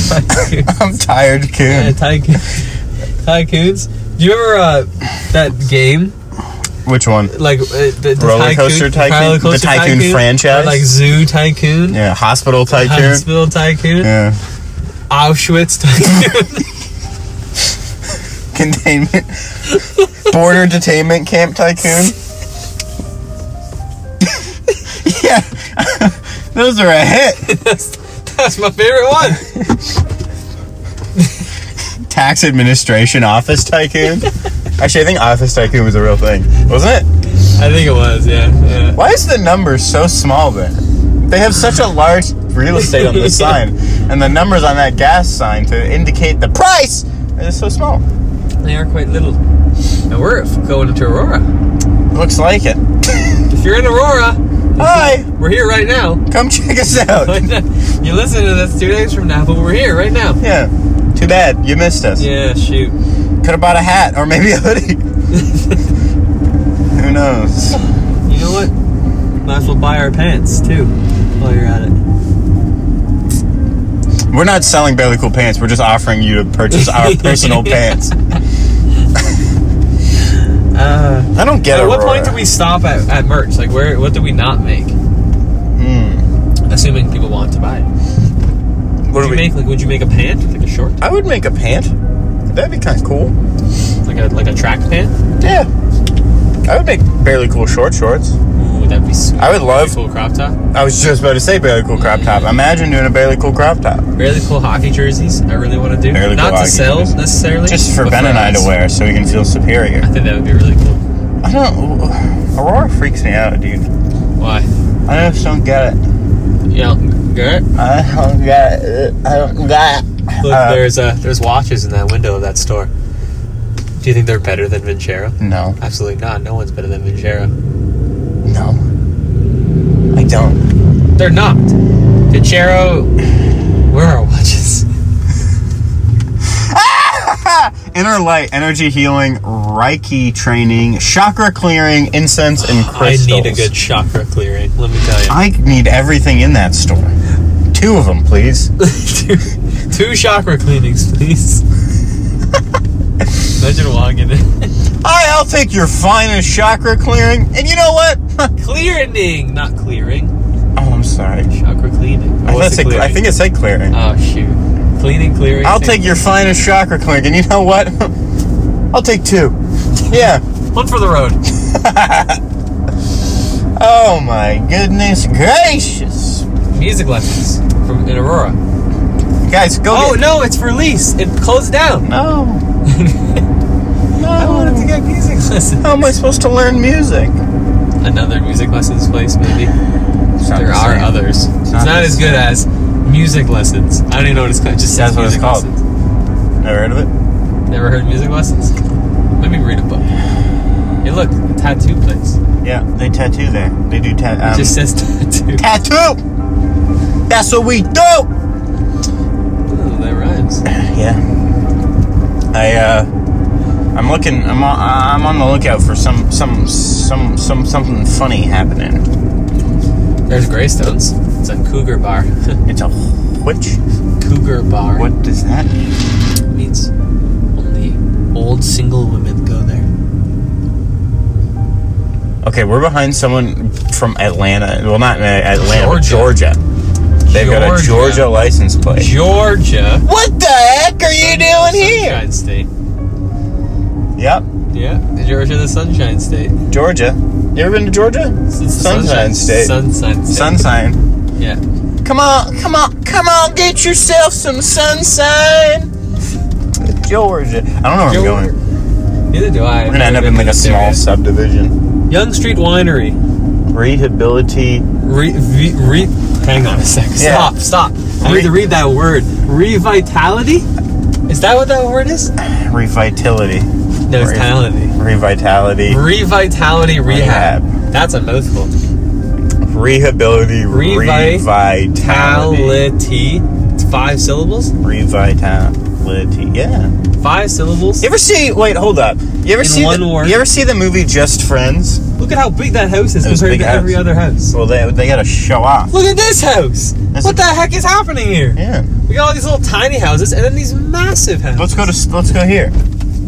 Speaker 3: Tycoon.
Speaker 2: I'm tired,
Speaker 3: Yeah,
Speaker 2: coon.
Speaker 3: tycoon. Tycoons Do you ever uh, that game
Speaker 2: Which one?
Speaker 3: like uh, the, the
Speaker 2: Roller
Speaker 3: tycoon,
Speaker 2: coaster tycoon?
Speaker 3: roller
Speaker 2: The
Speaker 3: coaster
Speaker 2: tycoon franchise?
Speaker 3: or, like zoo tycoon,
Speaker 2: Yeah, hospital tycoon.
Speaker 3: hospital tycoon,
Speaker 2: Yeah,
Speaker 3: Auschwitz tycoon.
Speaker 2: containment, border detainment camp tycoon. yeah, those are a hit.
Speaker 3: that's, that's my favorite one.
Speaker 2: Tax administration office tycoon. Actually, I think office tycoon was a real thing, wasn't it?
Speaker 3: I think it was. Yeah. yeah.
Speaker 2: Why is the number so small there? They have such a large real estate on this
Speaker 3: Yeah.
Speaker 2: sign, and the numbers on that gas sign to indicate the price is so small.
Speaker 3: They are quite little. And we're f- going to Aurora.
Speaker 2: Looks like it.
Speaker 3: If you're in Aurora,
Speaker 2: Hi,
Speaker 3: we're here right now.
Speaker 2: come check us out.
Speaker 3: you listen to this two days from now, but we're here right now.
Speaker 2: Yeah, too bad you missed us.
Speaker 3: Yeah, shoot.
Speaker 2: Could have bought a hat or maybe a hoodie. Who knows?
Speaker 3: You know what? Might as well buy our pants too while you're at it.
Speaker 2: We're not selling Barely Cool Pants. We're just offering you to purchase our personal pants.
Speaker 3: Uh,
Speaker 2: I don't get
Speaker 3: at
Speaker 2: it.
Speaker 3: what point do we stop at, at merch? Like, where? What do we not make? Assuming people want to buy it.
Speaker 2: Hmm. What
Speaker 3: Would
Speaker 2: do
Speaker 3: you
Speaker 2: we?
Speaker 3: make like? Would you make a pant, like a short,
Speaker 2: I would make a pant. That'd be kind of cool.
Speaker 3: like a like a track pant?
Speaker 2: Yeah. I would make Barely Cool short shorts.
Speaker 3: Ooh, that'd be sweet.
Speaker 2: I would love-
Speaker 3: cool crop top,
Speaker 2: I was just about to say Barely Cool crop top. Imagine doing a Barely Cool crop top.
Speaker 3: really cool hockey jerseys. I really want to do.
Speaker 2: Barely cool
Speaker 3: Not to
Speaker 2: hockey
Speaker 3: sell
Speaker 2: jerseys.
Speaker 3: necessarily,
Speaker 2: Just for
Speaker 3: but
Speaker 2: Ben and I to
Speaker 3: us.
Speaker 2: wear so we can feel
Speaker 3: I
Speaker 2: superior.
Speaker 3: think that would be really cool.
Speaker 2: I don't. Aurora freaks me out, dude.
Speaker 3: Why?
Speaker 2: I just don't get it.
Speaker 3: Yeah, Garrett.
Speaker 2: I don't get it. I don't get it.
Speaker 3: Look,
Speaker 2: Uh,
Speaker 3: there's uh, there's watches in that window of that store. Do you think they're better than Vincero?
Speaker 2: No,
Speaker 3: Absolutely not. No one's better than Vincero.
Speaker 2: no. I don't.
Speaker 3: They're not. Vincero, where are watches?
Speaker 2: Inner light, energy healing, Reiki training, chakra clearing, incense, and crystals.
Speaker 3: I need a good chakra clearing. Let me tell you.
Speaker 2: I need everything in that store. Two of them, please.
Speaker 3: two, two chakra cleanings, please. Imagine walking in.
Speaker 2: Hi, I'll take your finest chakra clearing. And you know what?
Speaker 3: clearing, not clearing.
Speaker 2: oh, I'm sorry.
Speaker 3: Chakra cleaning.
Speaker 2: I,
Speaker 3: What's
Speaker 2: thought it
Speaker 3: a
Speaker 2: said- I think it said clearing.
Speaker 3: Oh shoot. Cleaning, clearing.
Speaker 2: I'll
Speaker 3: same-
Speaker 2: take your finest chakra clearing. And you know what? I'll take two. Yeah.
Speaker 3: one for the road.
Speaker 2: Oh my goodness gracious.
Speaker 3: Music lessons from in Aurora.
Speaker 2: Guys, go
Speaker 3: Oh
Speaker 2: get-
Speaker 3: no, it's for lease. It closed down.
Speaker 2: No. no.
Speaker 3: I wanted to get music lessons.
Speaker 2: How am I supposed to learn music?
Speaker 3: Another music lessons place, maybe. There are others. It's
Speaker 2: not
Speaker 3: not,
Speaker 2: the
Speaker 3: as good as music lessons. I don't even know what it's called. It just says
Speaker 2: That's what it's
Speaker 3: music
Speaker 2: called.
Speaker 3: lessons.
Speaker 2: Never heard of it?
Speaker 3: Never heard music lessons? Let me read a book. Hey, look, tattoo place.
Speaker 2: Yeah, they tattoo there. They do tattoo.
Speaker 3: It just says tattoo.
Speaker 2: tattoo! That's what we do!
Speaker 3: Ooh, Oh, that rhymes.
Speaker 2: Yeah. I, uh, I'm looking, I'm on, I'm on the lookout for some, some, some, some, something funny happening.
Speaker 3: There's Greystones. It's a cougar bar.
Speaker 2: It's a which?
Speaker 3: cougar bar.
Speaker 2: What does that mean?
Speaker 3: means only old single women go there.
Speaker 2: Okay, we're behind someone from Atlanta. Well, not uh, Atlanta,
Speaker 3: Georgia.
Speaker 2: but Georgia. They've got a
Speaker 3: Georgia.
Speaker 2: Georgia license plate.
Speaker 3: Georgia.
Speaker 2: What the heck are you doing here?
Speaker 3: Sunshine State.
Speaker 2: Yep,
Speaker 3: Yeah, Georgia, the Sunshine State.
Speaker 2: Georgia. You ever been to Georgia?
Speaker 3: It's the
Speaker 2: Sunshine State.
Speaker 3: Sunshine State.
Speaker 2: Sunshine.
Speaker 3: Yeah.
Speaker 2: Come on, come on, come on, get yourself some sunshine. Georgia. I don't know where I'm going. We're
Speaker 3: Neither do I.
Speaker 2: gonna end up in like a small subdivision.
Speaker 3: Young Street Winery.
Speaker 2: Rehabilitate.
Speaker 3: Re, re, re, hang on a sec.
Speaker 2: Yeah.
Speaker 3: Stop, stop. I
Speaker 2: Re-
Speaker 3: need to read that word. Revitality? Is that what that word is?
Speaker 2: Revitality.
Speaker 3: No, it's
Speaker 2: Re-
Speaker 3: tality.
Speaker 2: Revitality.
Speaker 3: Revitality rehab. That's a mouthful.
Speaker 2: Rehability.
Speaker 3: Revi-
Speaker 2: Revitality.
Speaker 3: Tality. It's five syllables?
Speaker 2: Revitality. Yeah.
Speaker 3: Five syllables?
Speaker 2: You ever see? Wait, hold up. You ever
Speaker 3: In
Speaker 2: see?
Speaker 3: one
Speaker 2: the,
Speaker 3: word.
Speaker 2: You ever see the movie Just Friends?
Speaker 3: Look at how big that house is
Speaker 2: It was a
Speaker 3: compared
Speaker 2: big
Speaker 3: to
Speaker 2: house.
Speaker 3: every other house.
Speaker 2: Well, they they gotta show off.
Speaker 3: Look at this house!
Speaker 2: That's
Speaker 3: what
Speaker 2: a-
Speaker 3: the heck is happening here?
Speaker 2: Yeah.
Speaker 3: We got all these little tiny houses and then these massive houses.
Speaker 2: Let's go to let's go here.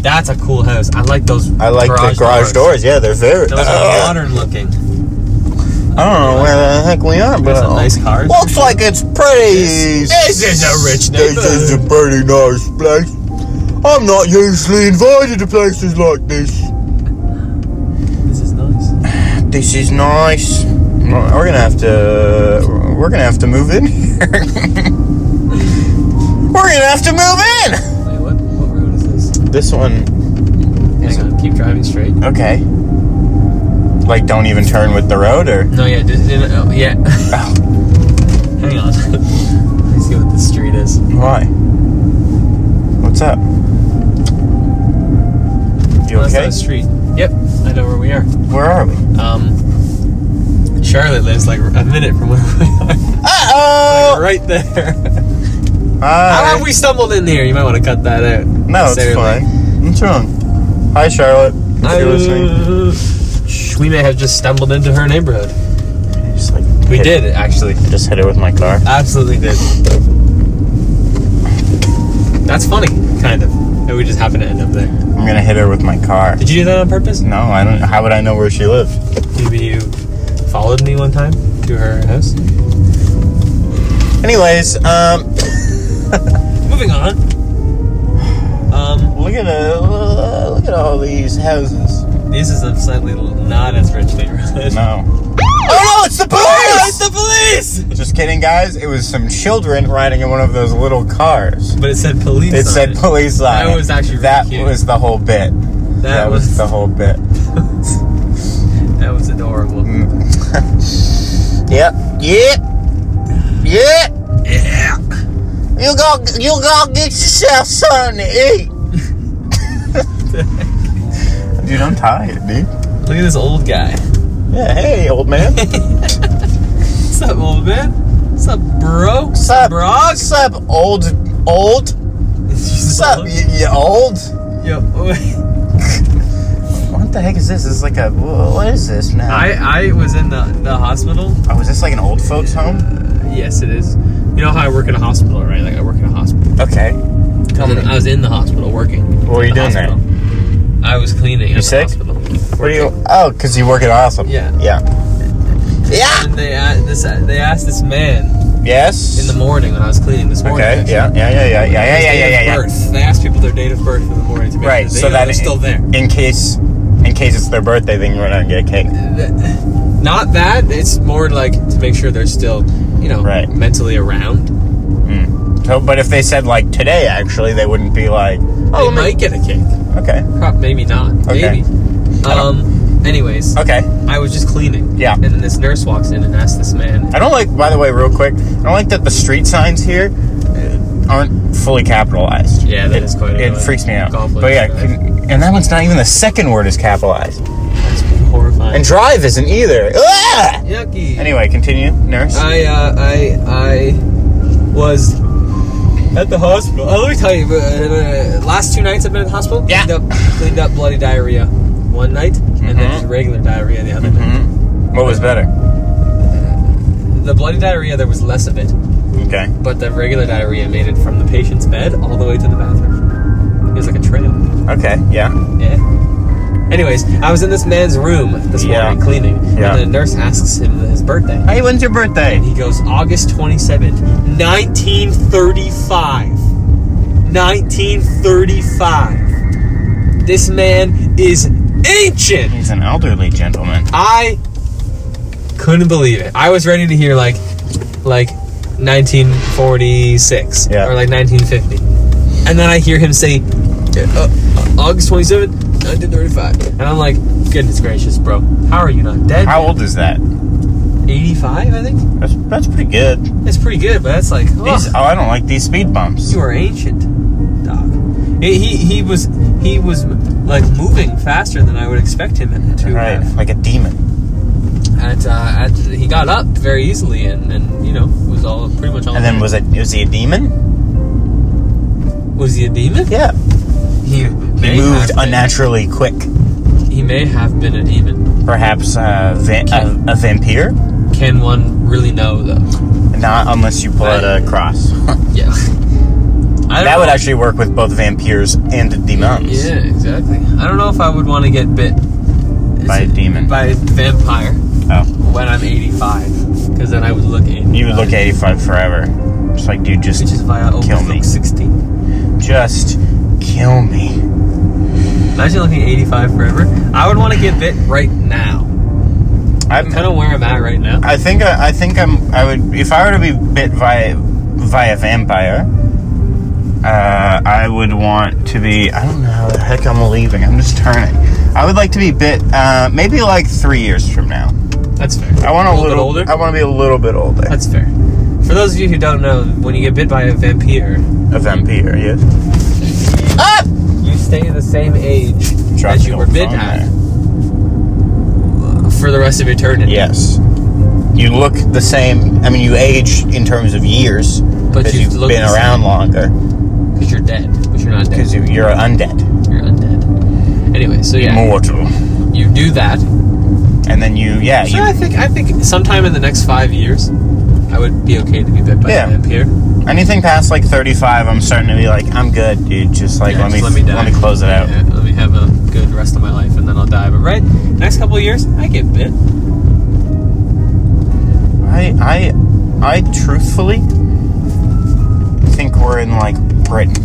Speaker 3: That's a cool house. I like those.
Speaker 2: I like the garage doors. Yeah, they're very.
Speaker 3: Those
Speaker 2: Uh,
Speaker 3: are modern looking.
Speaker 2: I don't know where the heck we are, but
Speaker 3: There's
Speaker 2: it
Speaker 3: some nice cars.
Speaker 2: Looks like it's pretty.
Speaker 3: This- this is a rich
Speaker 2: This is a pretty nice place. I'm not usually invited to places like this.
Speaker 3: This is nice.
Speaker 2: This is nice. Well, We're gonna have to. We're gonna have to move in here. we're gonna have to move
Speaker 3: Wait, what? What road is this?
Speaker 2: in. This one. Is
Speaker 3: Hang on. Keep driving straight.
Speaker 2: Okay. Like, don't even turn with the road, or
Speaker 3: No, yeah, just, oh, yeah.
Speaker 2: Oh.
Speaker 3: Hang on. Let's see what the street is.
Speaker 2: why? What's up? You
Speaker 3: Well, that's not
Speaker 2: okay?
Speaker 3: a street. Yep, I know where we are.
Speaker 2: Where are we?
Speaker 3: Um, Charlotte lives like a minute from where we
Speaker 2: Uh oh!
Speaker 3: are. right there. How have we stumbled in here? You might want to cut that out.
Speaker 2: No, it's fine. What's wrong? Hi, Charlotte. If you're listening.
Speaker 3: Shh, we may have just stumbled into her neighborhood.
Speaker 2: Just, like,
Speaker 3: We
Speaker 2: hit-
Speaker 3: did actually.
Speaker 2: Just hit it with my car.
Speaker 3: Absolutely did. That's funny, kind of. That we just happened to end up there.
Speaker 2: I'm gonna hit her with my car.
Speaker 3: Did you do that on purpose?
Speaker 2: No, I don't. How would I know where she lived?
Speaker 3: Maybe you followed me one time to her house.
Speaker 2: Anyways, um,
Speaker 3: Moving on. Um,
Speaker 2: look at uh, look at all these houses.
Speaker 3: this is a slightly not as rich neighborhood.
Speaker 2: No. Oh no! It's the
Speaker 3: Oh, it's
Speaker 2: police!
Speaker 3: the police!
Speaker 2: Just kidding, guys. It was some children riding in one of those little cars.
Speaker 3: But it said police.
Speaker 2: It
Speaker 3: on
Speaker 2: said police line.
Speaker 3: That was actually really
Speaker 2: that
Speaker 3: cute.
Speaker 2: was the whole bit.
Speaker 3: That,
Speaker 2: That
Speaker 3: was
Speaker 2: was the whole bit.
Speaker 3: that was adorable.
Speaker 2: Yep. Yep. Yep. You go. You go get yourself something to eat. dude, I'm tired, dude.
Speaker 3: Look at this old guy.
Speaker 2: Yeah. Hey, old man.
Speaker 3: What's up, old man? What's up, bro?
Speaker 2: What's up,
Speaker 3: Brog?
Speaker 2: What's up, old? Old? What's
Speaker 3: Uh-huh.
Speaker 2: up? You, you old?
Speaker 3: Yo,
Speaker 2: What the heck is this? This is like a. wha- What is this now?
Speaker 3: I I was in the the hospital.
Speaker 2: oh, is this like an old folks home?
Speaker 3: Yes, it is. You know how I work at a hospital, right? Like I work at a hospital.
Speaker 2: Okay.
Speaker 3: I was in- I was in the hospital working.
Speaker 2: What were you
Speaker 3: The
Speaker 2: doing there?
Speaker 3: hospital. I was cleaning. at the
Speaker 2: sick?
Speaker 3: Hospital.
Speaker 2: What do you? Oh, cause you work at Awesome.
Speaker 3: Yeah.
Speaker 2: Yeah. Yeah.
Speaker 3: And they a- this they asked this man
Speaker 2: Yes.
Speaker 3: in the morning when I was cleaning this morning.
Speaker 2: Okay.
Speaker 3: actually,
Speaker 2: Yeah. Yeah. Yeah. Yeah. Yeah.
Speaker 3: his
Speaker 2: Yeah.
Speaker 3: date
Speaker 2: Yeah.
Speaker 3: of
Speaker 2: Yeah. Yeah.
Speaker 3: Birth. They asked people their date of birth in the morning to make
Speaker 2: Right.
Speaker 3: sure they
Speaker 2: So
Speaker 3: know
Speaker 2: that
Speaker 3: they're still
Speaker 2: in-
Speaker 3: there.
Speaker 2: In case, in case it's their birthday, they can run out and get a cake.
Speaker 3: Not that. It's more like to make sure they're still, you know,
Speaker 2: Right.
Speaker 3: mentally around.
Speaker 2: So, but if they said like today, actually, they wouldn't be like,
Speaker 3: Oh,
Speaker 2: oh,
Speaker 3: they
Speaker 2: let me-
Speaker 3: might get a cake.
Speaker 2: okay,
Speaker 3: Prob- Maybe not.
Speaker 2: Okay.
Speaker 3: Maybe. Um. Anyways,
Speaker 2: okay.
Speaker 3: I was just cleaning.
Speaker 2: Yeah.
Speaker 3: And then this nurse walks in and asks this man.
Speaker 2: I don't like. By the way, real quick, I don't like that the street signs here uh, aren't fully capitalized.
Speaker 3: Yeah, that
Speaker 2: it,
Speaker 3: is quite
Speaker 2: It
Speaker 3: annoying.
Speaker 2: freaks me out.
Speaker 3: Golf
Speaker 2: But yeah,
Speaker 3: links,
Speaker 2: can- and that one's not even the second word is capitalized,
Speaker 3: That's horrifying.
Speaker 2: and drive isn't either. Ah!
Speaker 3: Yucky.
Speaker 2: Anyway, continue, nurse.
Speaker 3: I uh, I I was at the hospital. Oh, let me tell you. Uh, uh, last two nights I've been at the hospital.
Speaker 2: Yeah.
Speaker 3: Cleaned up, cleaned up bloody diarrhea one night, and then
Speaker 2: Mhm.
Speaker 3: just regular diarrhea the other night.
Speaker 2: Mhm. What was better? Mm-hmm.
Speaker 3: The bloody diarrhea there was less of it,
Speaker 2: Okay.
Speaker 3: but the regular diarrhea made it from the patient's bed all the way to the bathroom. It was like a trail.
Speaker 2: Okay. Yeah.
Speaker 3: Yeah. Anyways, I was in this man's room this
Speaker 2: Yeah.
Speaker 3: morning cleaning,
Speaker 2: Yeah.
Speaker 3: and the nurse asks him his birthday.
Speaker 2: Hey, when's your birthday?
Speaker 3: And he goes, August 27th, 1935. 1935. This man is ancient.
Speaker 2: He's an elderly gentleman.
Speaker 3: I couldn't believe it. I was ready to hear like, like 1946
Speaker 2: Yeah.
Speaker 3: or like 1950. And then I hear him say, uh, August 27th, 1935. And I'm like, goodness gracious, bro. How are you not dead?
Speaker 2: How old is that?
Speaker 3: 85, I think?
Speaker 2: That's that's pretty good.
Speaker 3: That's pretty good, but that's like, ugh.
Speaker 2: These, oh, I don't like these speed bumps.
Speaker 3: You are ancient, Doc. He, he he was he was like moving faster than I would expect him to.
Speaker 2: Right,
Speaker 3: have.
Speaker 2: like a demon.
Speaker 3: At, uh, at he got up very easily and, and you know was all pretty much all.
Speaker 2: And then was it was he a demon?
Speaker 3: was he a demon?
Speaker 2: Yeah.
Speaker 3: He,
Speaker 2: He
Speaker 3: may have
Speaker 2: moved
Speaker 3: been-
Speaker 2: unnaturally quick.
Speaker 3: He may have been a demon.
Speaker 2: Perhaps uh, va- a, a vampire.
Speaker 3: Can one really know though?
Speaker 2: Not unless you pull out a cross.
Speaker 3: Yeah. I don't
Speaker 2: that would
Speaker 3: know.
Speaker 2: actually work with both vampires and demons.
Speaker 3: Yeah, exactly. I don't know if I would want to get bit is
Speaker 2: By a
Speaker 3: it-
Speaker 2: demon.
Speaker 3: by a vampire
Speaker 2: Oh,
Speaker 3: when I'm 85, because then I would look 85.
Speaker 2: you would look 85 forever. Just like, dude, just
Speaker 3: Which is why I
Speaker 2: kill
Speaker 3: almost
Speaker 2: me.
Speaker 3: look 60.
Speaker 2: Just kill me.
Speaker 3: Imagine looking 85 forever. I would want to get bit right now.
Speaker 2: I'm,
Speaker 3: Kind of where I'm at right now.
Speaker 2: I think uh, I, I think I'm. I would if I were to be bit by by a vampire. Uh, I would want to be. I don't know how the heck I'm leaving. I'm just turning. I would like to be bit. Uh, maybe like three years from now.
Speaker 3: That's fair.
Speaker 2: I want a,
Speaker 3: bit
Speaker 2: little.
Speaker 3: older.
Speaker 2: I want to be a little bit older.
Speaker 3: That's fair. For those of you who don't know, when you get bit by a vampire,
Speaker 2: a vampire. Yes. Ah!
Speaker 3: you stay the same age as you were bit
Speaker 2: Dropped it on
Speaker 3: at
Speaker 2: there.
Speaker 3: for the rest of eternity.
Speaker 2: Yes. You look the same. I mean, you age in terms of years,
Speaker 3: But
Speaker 2: because
Speaker 3: you
Speaker 2: you've
Speaker 3: look
Speaker 2: been
Speaker 3: the
Speaker 2: around
Speaker 3: same.
Speaker 2: longer
Speaker 3: Because you're dead. But you're not dead.
Speaker 2: because you're undead,
Speaker 3: You're undead. Anyway, so yeah,
Speaker 2: immortal,
Speaker 3: you do that.
Speaker 2: and then you, yeah,
Speaker 3: So
Speaker 2: you
Speaker 3: I think I think sometime in the next five years, I would be okay to be bit by
Speaker 2: Yeah.
Speaker 3: a vampire.
Speaker 2: Anything past like 35, I'm starting to be like, I'm good, dude. Just like
Speaker 3: Yeah,
Speaker 2: let
Speaker 3: just
Speaker 2: me let me,
Speaker 3: die.
Speaker 2: close it out.
Speaker 3: Yeah, let me have a good rest of my life and then I'll die. But right, next couple of years, I get bit.
Speaker 2: I I I truthfully think we're in like Britain.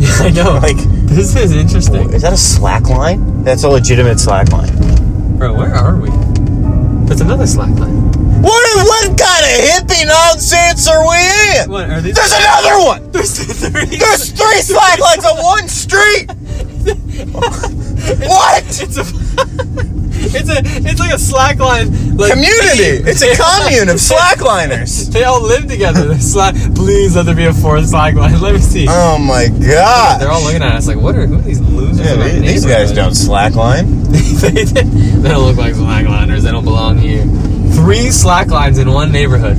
Speaker 3: Yeah, I know.
Speaker 2: Like
Speaker 3: this is interesting,
Speaker 2: is that a slack line? That's a legitimate slack line.
Speaker 3: bro. Where are we? That's another slack line.
Speaker 2: What what kind of hippie nonsense are we in?
Speaker 3: What are these?
Speaker 2: There's another one!
Speaker 3: There's three.
Speaker 2: There's three slack lines on one street! what?
Speaker 3: It's a. it's a. It's like a slack line. Like
Speaker 2: Community! It's a commune of slackliners!
Speaker 3: They all live together. They're Slack. Please let there be a fourth slack line. Let me see.
Speaker 2: Oh my god.
Speaker 3: They're all looking at us like, what are who are these losers?
Speaker 2: Yeah,
Speaker 3: in our
Speaker 2: they- these guys don't
Speaker 3: neighborhood?
Speaker 2: slackline.
Speaker 3: they, they don't look like slackliners. They don't belong here. Three slack lines in one neighborhood.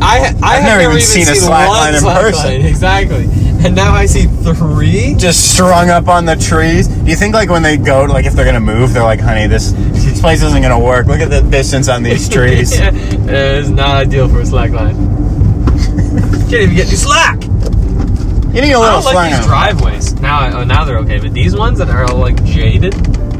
Speaker 3: I, I
Speaker 2: I've
Speaker 3: have
Speaker 2: never even seen a slack
Speaker 3: one
Speaker 2: line in
Speaker 3: slack
Speaker 2: person.
Speaker 3: line. Exactly. And now I see three.
Speaker 2: Just strung up on the trees. Do you think like when they go, like if they're gonna move, they're like, honey, this, this place isn't gonna work. Look at the distance on these trees.
Speaker 3: yeah, it's not ideal for a slack line. Can't even get any slack.
Speaker 2: You need a
Speaker 3: I
Speaker 2: little
Speaker 3: don't like
Speaker 2: slack.
Speaker 3: these
Speaker 2: on
Speaker 3: driveways. Now, I, oh, now they're okay, but these ones that are all like jaded,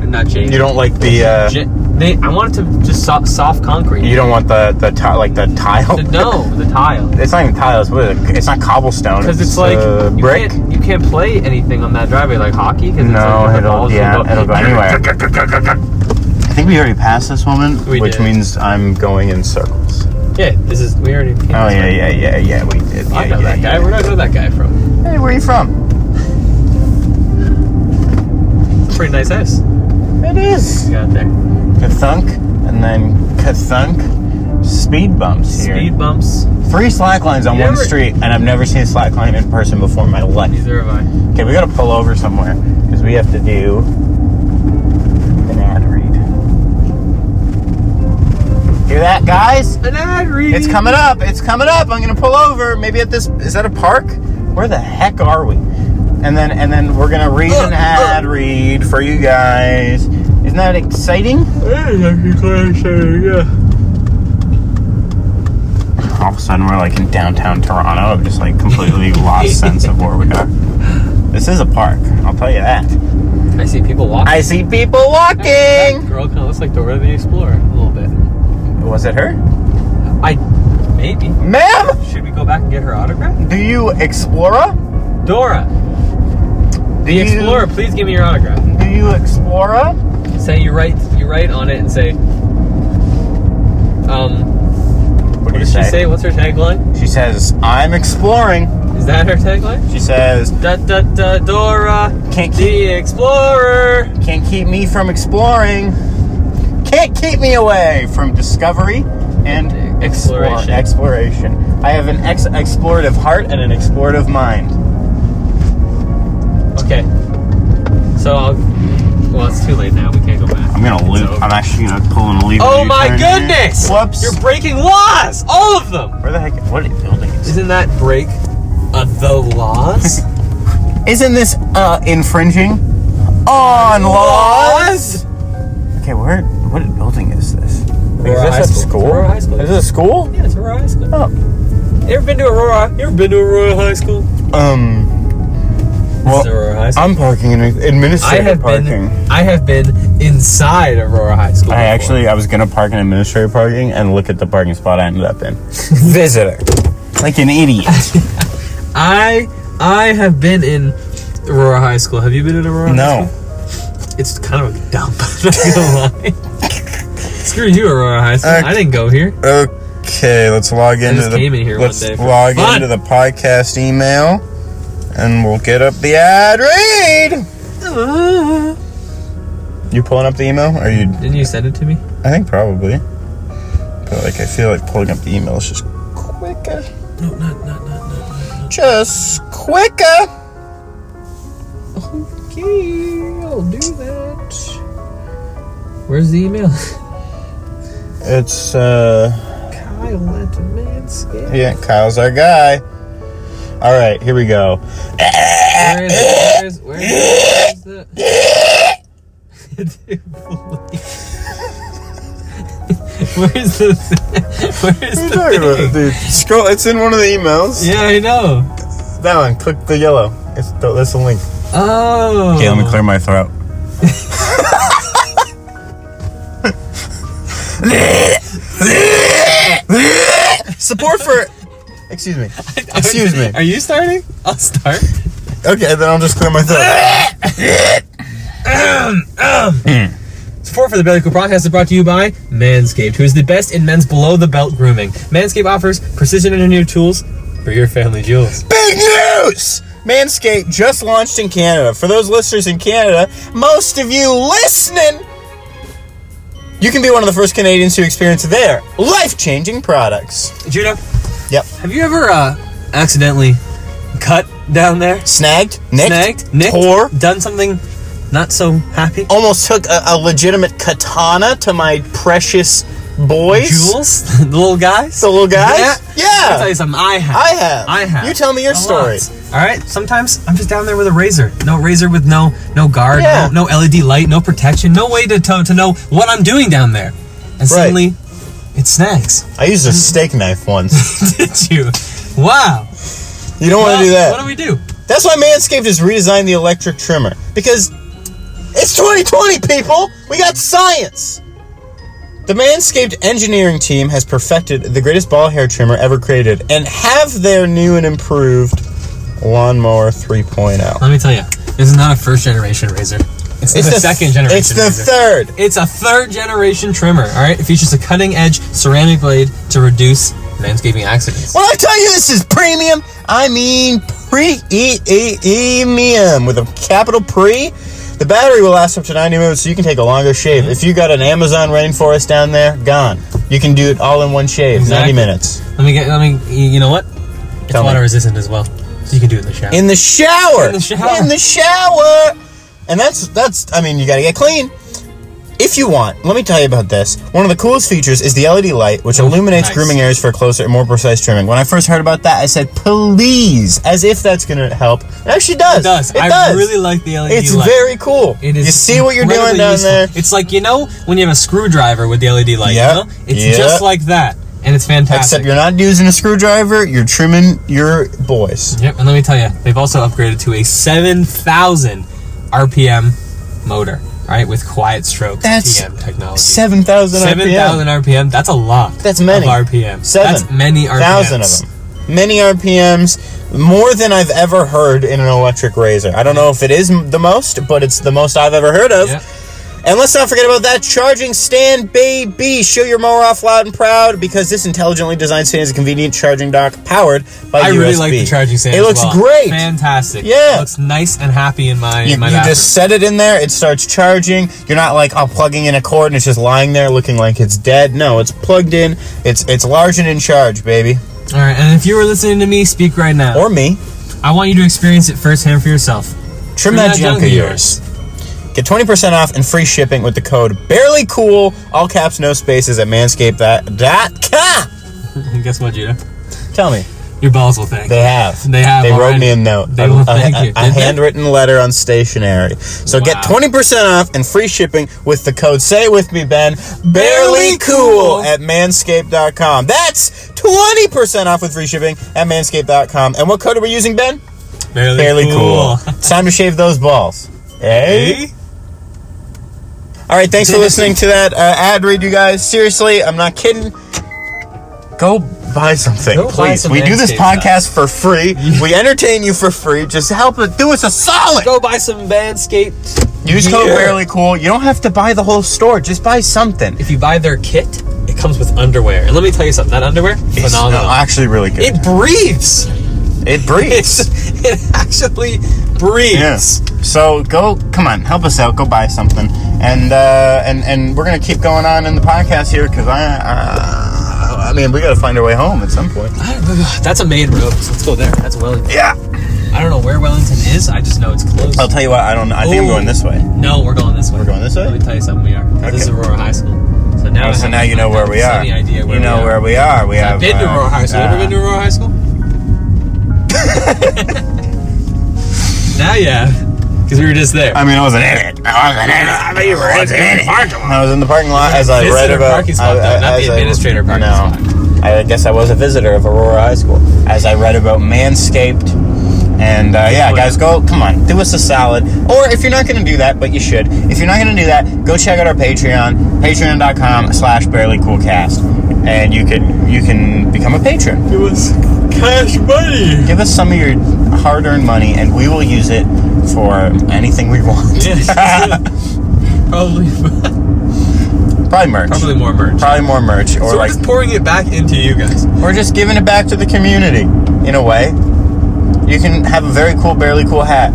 Speaker 3: not
Speaker 2: them.
Speaker 3: jaded.
Speaker 2: You don't like the. Uh,
Speaker 3: Ja- they, I want it to just soft, soft concrete.
Speaker 2: you don't want the the ti- like the tile.
Speaker 3: The- no, the tile.
Speaker 2: It's not even tiles. What is it? It's not cobblestone.
Speaker 3: Because it's like
Speaker 2: uh,
Speaker 3: you
Speaker 2: brick.
Speaker 3: Can't, you can't play anything on that driveway like hockey. Cause it's
Speaker 2: No,
Speaker 3: like the
Speaker 2: it'll
Speaker 3: balls
Speaker 2: yeah,
Speaker 3: will go-
Speaker 2: it'll go anywhere. I think we already passed this woman,
Speaker 3: We
Speaker 2: which
Speaker 3: did.
Speaker 2: means I'm going in circles.
Speaker 3: Yeah, this is we already.
Speaker 2: Oh yeah, yeah, yeah, yeah. We did.
Speaker 3: I
Speaker 2: yeah,
Speaker 3: know
Speaker 2: yeah,
Speaker 3: that guy.
Speaker 2: yeah.
Speaker 3: Where do I know that guy from?
Speaker 2: Hey, where are you from?
Speaker 3: Pretty nice house.
Speaker 2: It is.
Speaker 3: You got there.
Speaker 2: Kathunk, and then Kathunk. Speed bumps here.
Speaker 3: Speed bumps.
Speaker 2: Three slack lines on
Speaker 3: You
Speaker 2: one
Speaker 3: never-
Speaker 2: street, and I've never seen a slack line in person before in my life.
Speaker 3: Neither have I.
Speaker 2: Okay, we gotta pull over somewhere because we have to do an ad read. Hear that, guys?
Speaker 3: An ad read.
Speaker 2: It's coming up. It's coming up. I'm gonna pull over. Maybe at this. Is that a park? Where the heck are we? And then and then we're gonna read an ad read for you guys. Isn't that exciting?
Speaker 3: yeah.
Speaker 2: All of a sudden we're like in downtown Toronto. I'm just like completely lost sense of where we are. This is a park. I'll tell you that.
Speaker 3: I see people walking.
Speaker 2: I see people
Speaker 3: That
Speaker 2: walking.
Speaker 3: girl kind of looks like Dora the Explorer a little bit.
Speaker 2: Was it her?
Speaker 3: I maybe
Speaker 2: Ma'am,
Speaker 3: should we go back and get her autograph?
Speaker 2: do you Explorer?
Speaker 3: Dora,
Speaker 2: Do
Speaker 3: the
Speaker 2: you,
Speaker 3: Explorer, please give me your autograph.
Speaker 2: Do you Explorer?
Speaker 3: Say you write you write on it and say. Um,
Speaker 2: What do you
Speaker 3: does she say? What's her tagline?
Speaker 2: She says, "I'm exploring."
Speaker 3: Is that her tagline?
Speaker 2: She says,
Speaker 3: Da da da Dora,
Speaker 2: Can't keep-
Speaker 3: the explorer.
Speaker 2: Can't keep me from exploring. Can't keep me away from discovery and explore-
Speaker 3: Exploration.
Speaker 2: exploration. I have an ex- explorative heart and an explorative mind.
Speaker 3: Okay. So, I'll, well, it's too late now. We can't go back.
Speaker 2: I'm gonna
Speaker 3: It's
Speaker 2: loop.
Speaker 3: over.
Speaker 2: I'm actually gonna pull and leave.
Speaker 3: oh my goodness!
Speaker 2: Whoops.
Speaker 3: You're breaking laws, all of them.
Speaker 2: Where the heck? What are you building? Is
Speaker 3: Isn't that break of the laws?
Speaker 2: Isn't this uh, infringing on laws? Okay, where? What building is this?
Speaker 3: Aurora High
Speaker 2: is this a
Speaker 3: School.
Speaker 2: school?
Speaker 3: Aurora High School.
Speaker 2: Is this a school?
Speaker 3: Yeah, it's Aurora High School.
Speaker 2: Oh.
Speaker 3: You ever been to Aurora? You ever been to Aurora High School?
Speaker 2: Um.
Speaker 3: is Aurora High School.
Speaker 2: I'm parking in
Speaker 3: I
Speaker 2: administrative
Speaker 3: have
Speaker 2: parking.
Speaker 3: been I have been inside Aurora High School.
Speaker 2: I
Speaker 3: before.
Speaker 2: actually I was gonna park in administrative parking and look at the parking spot I ended up in. Visitor. Like an idiot.
Speaker 3: I I have been in Aurora High School. Have you been in Aurora? High
Speaker 2: no.
Speaker 3: School? It's kind of a dump. I'm not gonna lie. Screw you, Aurora High School.
Speaker 2: Uh,
Speaker 3: I didn't go here.
Speaker 2: Okay, let's log into
Speaker 3: just
Speaker 2: the
Speaker 3: came in here one
Speaker 2: let's
Speaker 3: day for
Speaker 2: log
Speaker 3: fun.
Speaker 2: into the podcast email and we'll get up the ad read. uh, You pulling up the email? Are you
Speaker 3: Didn't you send it to me?
Speaker 2: I think probably. But like I feel like pulling up the email is just quicker.
Speaker 3: No, not not not not.
Speaker 2: Just quicker.
Speaker 3: Okay, I'll do that. Where's the email?
Speaker 2: It's uh
Speaker 3: Kyle at Manscaped.
Speaker 2: Yeah, Kyle's our guy. All right, here we go.
Speaker 3: Where is it? Where is, where is, where is the? Where's the? Where's
Speaker 2: What are you talking
Speaker 3: the
Speaker 2: about,
Speaker 3: thing?
Speaker 2: dude? Scroll. It's in one of the emails.
Speaker 3: Yeah, I know.
Speaker 2: That one. Click the yellow. It's the, that's the link.
Speaker 3: Oh.
Speaker 2: my throat. Support for. Excuse me. Excuse me.
Speaker 3: Are you starting? I'll start.
Speaker 2: Okay, then I'll just clear my throat.
Speaker 3: Support for the Belly Cool podcast is brought to you by Manscaped, who is the best in men's below the belt grooming. Manscaped offers precision engineered tools for your family jewels.
Speaker 2: Big news! Manscaped just launched in Canada. For those listeners in Canada, most of you listening, you can be one of the first Canadians to experience their life changing products.
Speaker 3: Juno,
Speaker 2: Yep.
Speaker 3: have you ever uh, accidentally cut down there?
Speaker 2: Snagged, nicked,
Speaker 3: Snagged, nicked,
Speaker 2: tore,
Speaker 3: done something not so happy?
Speaker 2: almost took a, a legitimate katana to my precious boys.
Speaker 3: Jules, the little guys.
Speaker 2: The little guys? Yeah.
Speaker 3: I'll tell you something. I have.
Speaker 2: I have.
Speaker 3: I have.
Speaker 2: You tell me your
Speaker 3: A
Speaker 2: story.
Speaker 3: lot. All right. Sometimes I'm just down there with a razor. No razor with no no guard.
Speaker 2: Yeah.
Speaker 3: No, no LED light. No protection. No way to to, to know what I'm doing down there. And suddenly, it snags.
Speaker 2: I used a steak knife once.
Speaker 3: Did you? Wow.
Speaker 2: You don't want to do that.
Speaker 3: What do we do?
Speaker 2: That's why Manscaped has redesigned the electric trimmer because it's 2020, people. We got science. The Manscaped engineering team has perfected the greatest ball hair trimmer ever created and have their new and improved lawnmower 3.0.
Speaker 3: Let me tell you. This is not a first generation razor. It's, the, second generation.
Speaker 2: It's the
Speaker 3: razor.
Speaker 2: third.
Speaker 3: It's a third generation trimmer, alright? It features a cutting edge ceramic blade to reduce landscaping accidents.
Speaker 2: When I tell you this is premium, I mean premium with a capital pre. The battery will last up to 90 minutes, so you can take a longer shave. If you got an Amazon rainforest down there, gone. You can do it all in one shave, 90
Speaker 3: Exactly.
Speaker 2: minutes.
Speaker 3: Let me get let me you you know what? It's
Speaker 2: Tell me.
Speaker 3: water resistant as well. So you can do it in the shower.
Speaker 2: In the shower.
Speaker 3: In the shower.
Speaker 2: In the shower. And that's that's I mean, you got to get clean. If you want, let me tell you about this. One of the coolest features is the LED light, which
Speaker 3: Oh,
Speaker 2: illuminates
Speaker 3: nice.
Speaker 2: grooming areas for closer and more precise trimming. When I first heard about that, I said, "Please," as if that's going to help. It actually does.
Speaker 3: it does. I really like the LED
Speaker 2: it's
Speaker 3: light.
Speaker 2: very cool.
Speaker 3: It is
Speaker 2: you see what you're doing
Speaker 3: incredibly
Speaker 2: down
Speaker 3: useful.
Speaker 2: there.
Speaker 3: It's like you know when you have a screwdriver with the LED light.
Speaker 2: Yep.
Speaker 3: You know? It's
Speaker 2: Yep.
Speaker 3: just like that, and it's fantastic.
Speaker 2: Except you're not using a screwdriver. You're trimming your boys.
Speaker 3: Yep, and let me tell you, they've also upgraded to a 7,000 RPM motor, right, with quiet stroke
Speaker 2: That's
Speaker 3: TM technology.
Speaker 2: Seven thousand.
Speaker 3: 7,000 RPM, that's a lot.
Speaker 2: That's many.
Speaker 3: Of RPM.
Speaker 2: Seven.
Speaker 3: That's many RPMs.
Speaker 2: thousand of them. Many RPMs, more than I've ever heard in an electric razor. I don't know if it is m- the most, but it's the most I've ever heard of.
Speaker 3: Yep.
Speaker 2: And let's not forget about that charging stand, baby. Show your mower off loud and proud because this intelligently designed stand is a convenient charging dock powered by
Speaker 3: I
Speaker 2: USB.
Speaker 3: really like the charging stand.
Speaker 2: It
Speaker 3: as
Speaker 2: looks
Speaker 3: well.
Speaker 2: great.
Speaker 3: Fantastic.
Speaker 2: Yeah.
Speaker 3: It looks nice and happy in my
Speaker 2: You,
Speaker 3: in my
Speaker 2: you
Speaker 3: bathroom.
Speaker 2: just set it in there, it starts charging. You're not like, oh, plugging in a cord and it's just lying there looking like it's dead. No, it's plugged in. It's it's large and in charge, baby.
Speaker 3: All right, and if you were listening to me speak right now,
Speaker 2: Or me.
Speaker 3: I want you to experience it firsthand for yourself.
Speaker 2: Trim that, junk of yours. Get 20% off and free shipping with the code barely cool, all caps, no spaces at manscaped.com.
Speaker 3: And guess what, Judah?
Speaker 2: Tell me.
Speaker 3: Your balls will thank.
Speaker 2: They have.
Speaker 3: They have
Speaker 2: They wrote
Speaker 3: already.
Speaker 2: me a note.
Speaker 3: They
Speaker 2: a,
Speaker 3: will
Speaker 2: a-
Speaker 3: thank
Speaker 2: a-
Speaker 3: you.
Speaker 2: a
Speaker 3: Did they?
Speaker 2: handwritten letter on stationery. So get
Speaker 3: Wow.
Speaker 2: 20% off and free shipping with the code, say it with me, Ben, barely
Speaker 3: Barely
Speaker 2: cool
Speaker 3: cool.
Speaker 2: at manscaped.com. That's 20% off with free shipping at manscaped.com. And what code are we using, Ben?
Speaker 3: Barely,
Speaker 2: Barely cool. It's time to shave those balls. Hey. All right, thanks for listening to that uh, ad read, you guys. Seriously, I'm not kidding. Go buy something,
Speaker 3: Go buy
Speaker 2: please.
Speaker 3: some
Speaker 2: we do this
Speaker 3: Manscaped
Speaker 2: podcast for free. we entertain you for free. Just help us do us a solid.
Speaker 3: Go buy some Manscaped.
Speaker 2: Use code
Speaker 3: gear.
Speaker 2: barely cool. You don't have to buy the whole store. Just buy something.
Speaker 3: If you buy their kit, it comes with underwear. And let me tell you something, that underwear,
Speaker 2: It's uh,
Speaker 3: phenomenal.
Speaker 2: actually really good.
Speaker 3: it breathes.
Speaker 2: It, breathes.
Speaker 3: It's, it actually breathes.
Speaker 2: Yes. So go, come on, help us out. Go buy something, and uh, and and we're gonna keep going on in the podcast here because I, uh, I mean, we gotta find our way home at some point.
Speaker 3: That's a main road. So let's go there. That's Wellington.
Speaker 2: Yeah.
Speaker 3: I don't know where Wellington is. I just know it's close.
Speaker 2: I'll tell you what. I don't. I think I'm
Speaker 3: Ooh.
Speaker 2: going this way.
Speaker 3: No, we're going this way.
Speaker 2: Oh. We're going this way?
Speaker 3: Let me tell you something. We are. This is
Speaker 2: Okay.
Speaker 3: Aurora High School. So now,
Speaker 2: Oh,
Speaker 3: I
Speaker 2: so
Speaker 3: have
Speaker 2: now
Speaker 3: a-
Speaker 2: you know where we are.
Speaker 3: sunny idea where
Speaker 2: you know
Speaker 3: we are.
Speaker 2: where we are. We have
Speaker 3: I've been to
Speaker 2: uh,
Speaker 3: Aurora High School. You ever
Speaker 2: uh,
Speaker 3: been to Aurora High School? now, yeah, because we were just there.
Speaker 2: I mean, I wasn't in it. I wasn't in it. I mean, you were in the parking lot. I was in the parking lot as I
Speaker 3: Visitor
Speaker 2: read about.
Speaker 3: parking spot,
Speaker 2: I-
Speaker 3: though, not
Speaker 2: as
Speaker 3: the
Speaker 2: I-
Speaker 3: administrator parking
Speaker 2: No, I guess I was a visitor of Aurora High School as I read about Manscaped. And uh, yeah,
Speaker 3: point.
Speaker 2: guys, go come on, do us a solid. Or if you're not going to do that, but you should. If you're not going to do that, go check out our Patreon, Patreon.com/slash Barely Cool Cast, and you can you can become a patron
Speaker 3: it was cash money.
Speaker 2: give us some of your hard-earned money and we will use it for anything we want
Speaker 3: Yeah. Probably,
Speaker 2: probably merch
Speaker 3: probably more merch.
Speaker 2: Probably more merch or
Speaker 3: so we're
Speaker 2: like
Speaker 3: just pouring it back into you guys.
Speaker 2: we're just giving it back to the community in a way you can have a very cool barely cool hat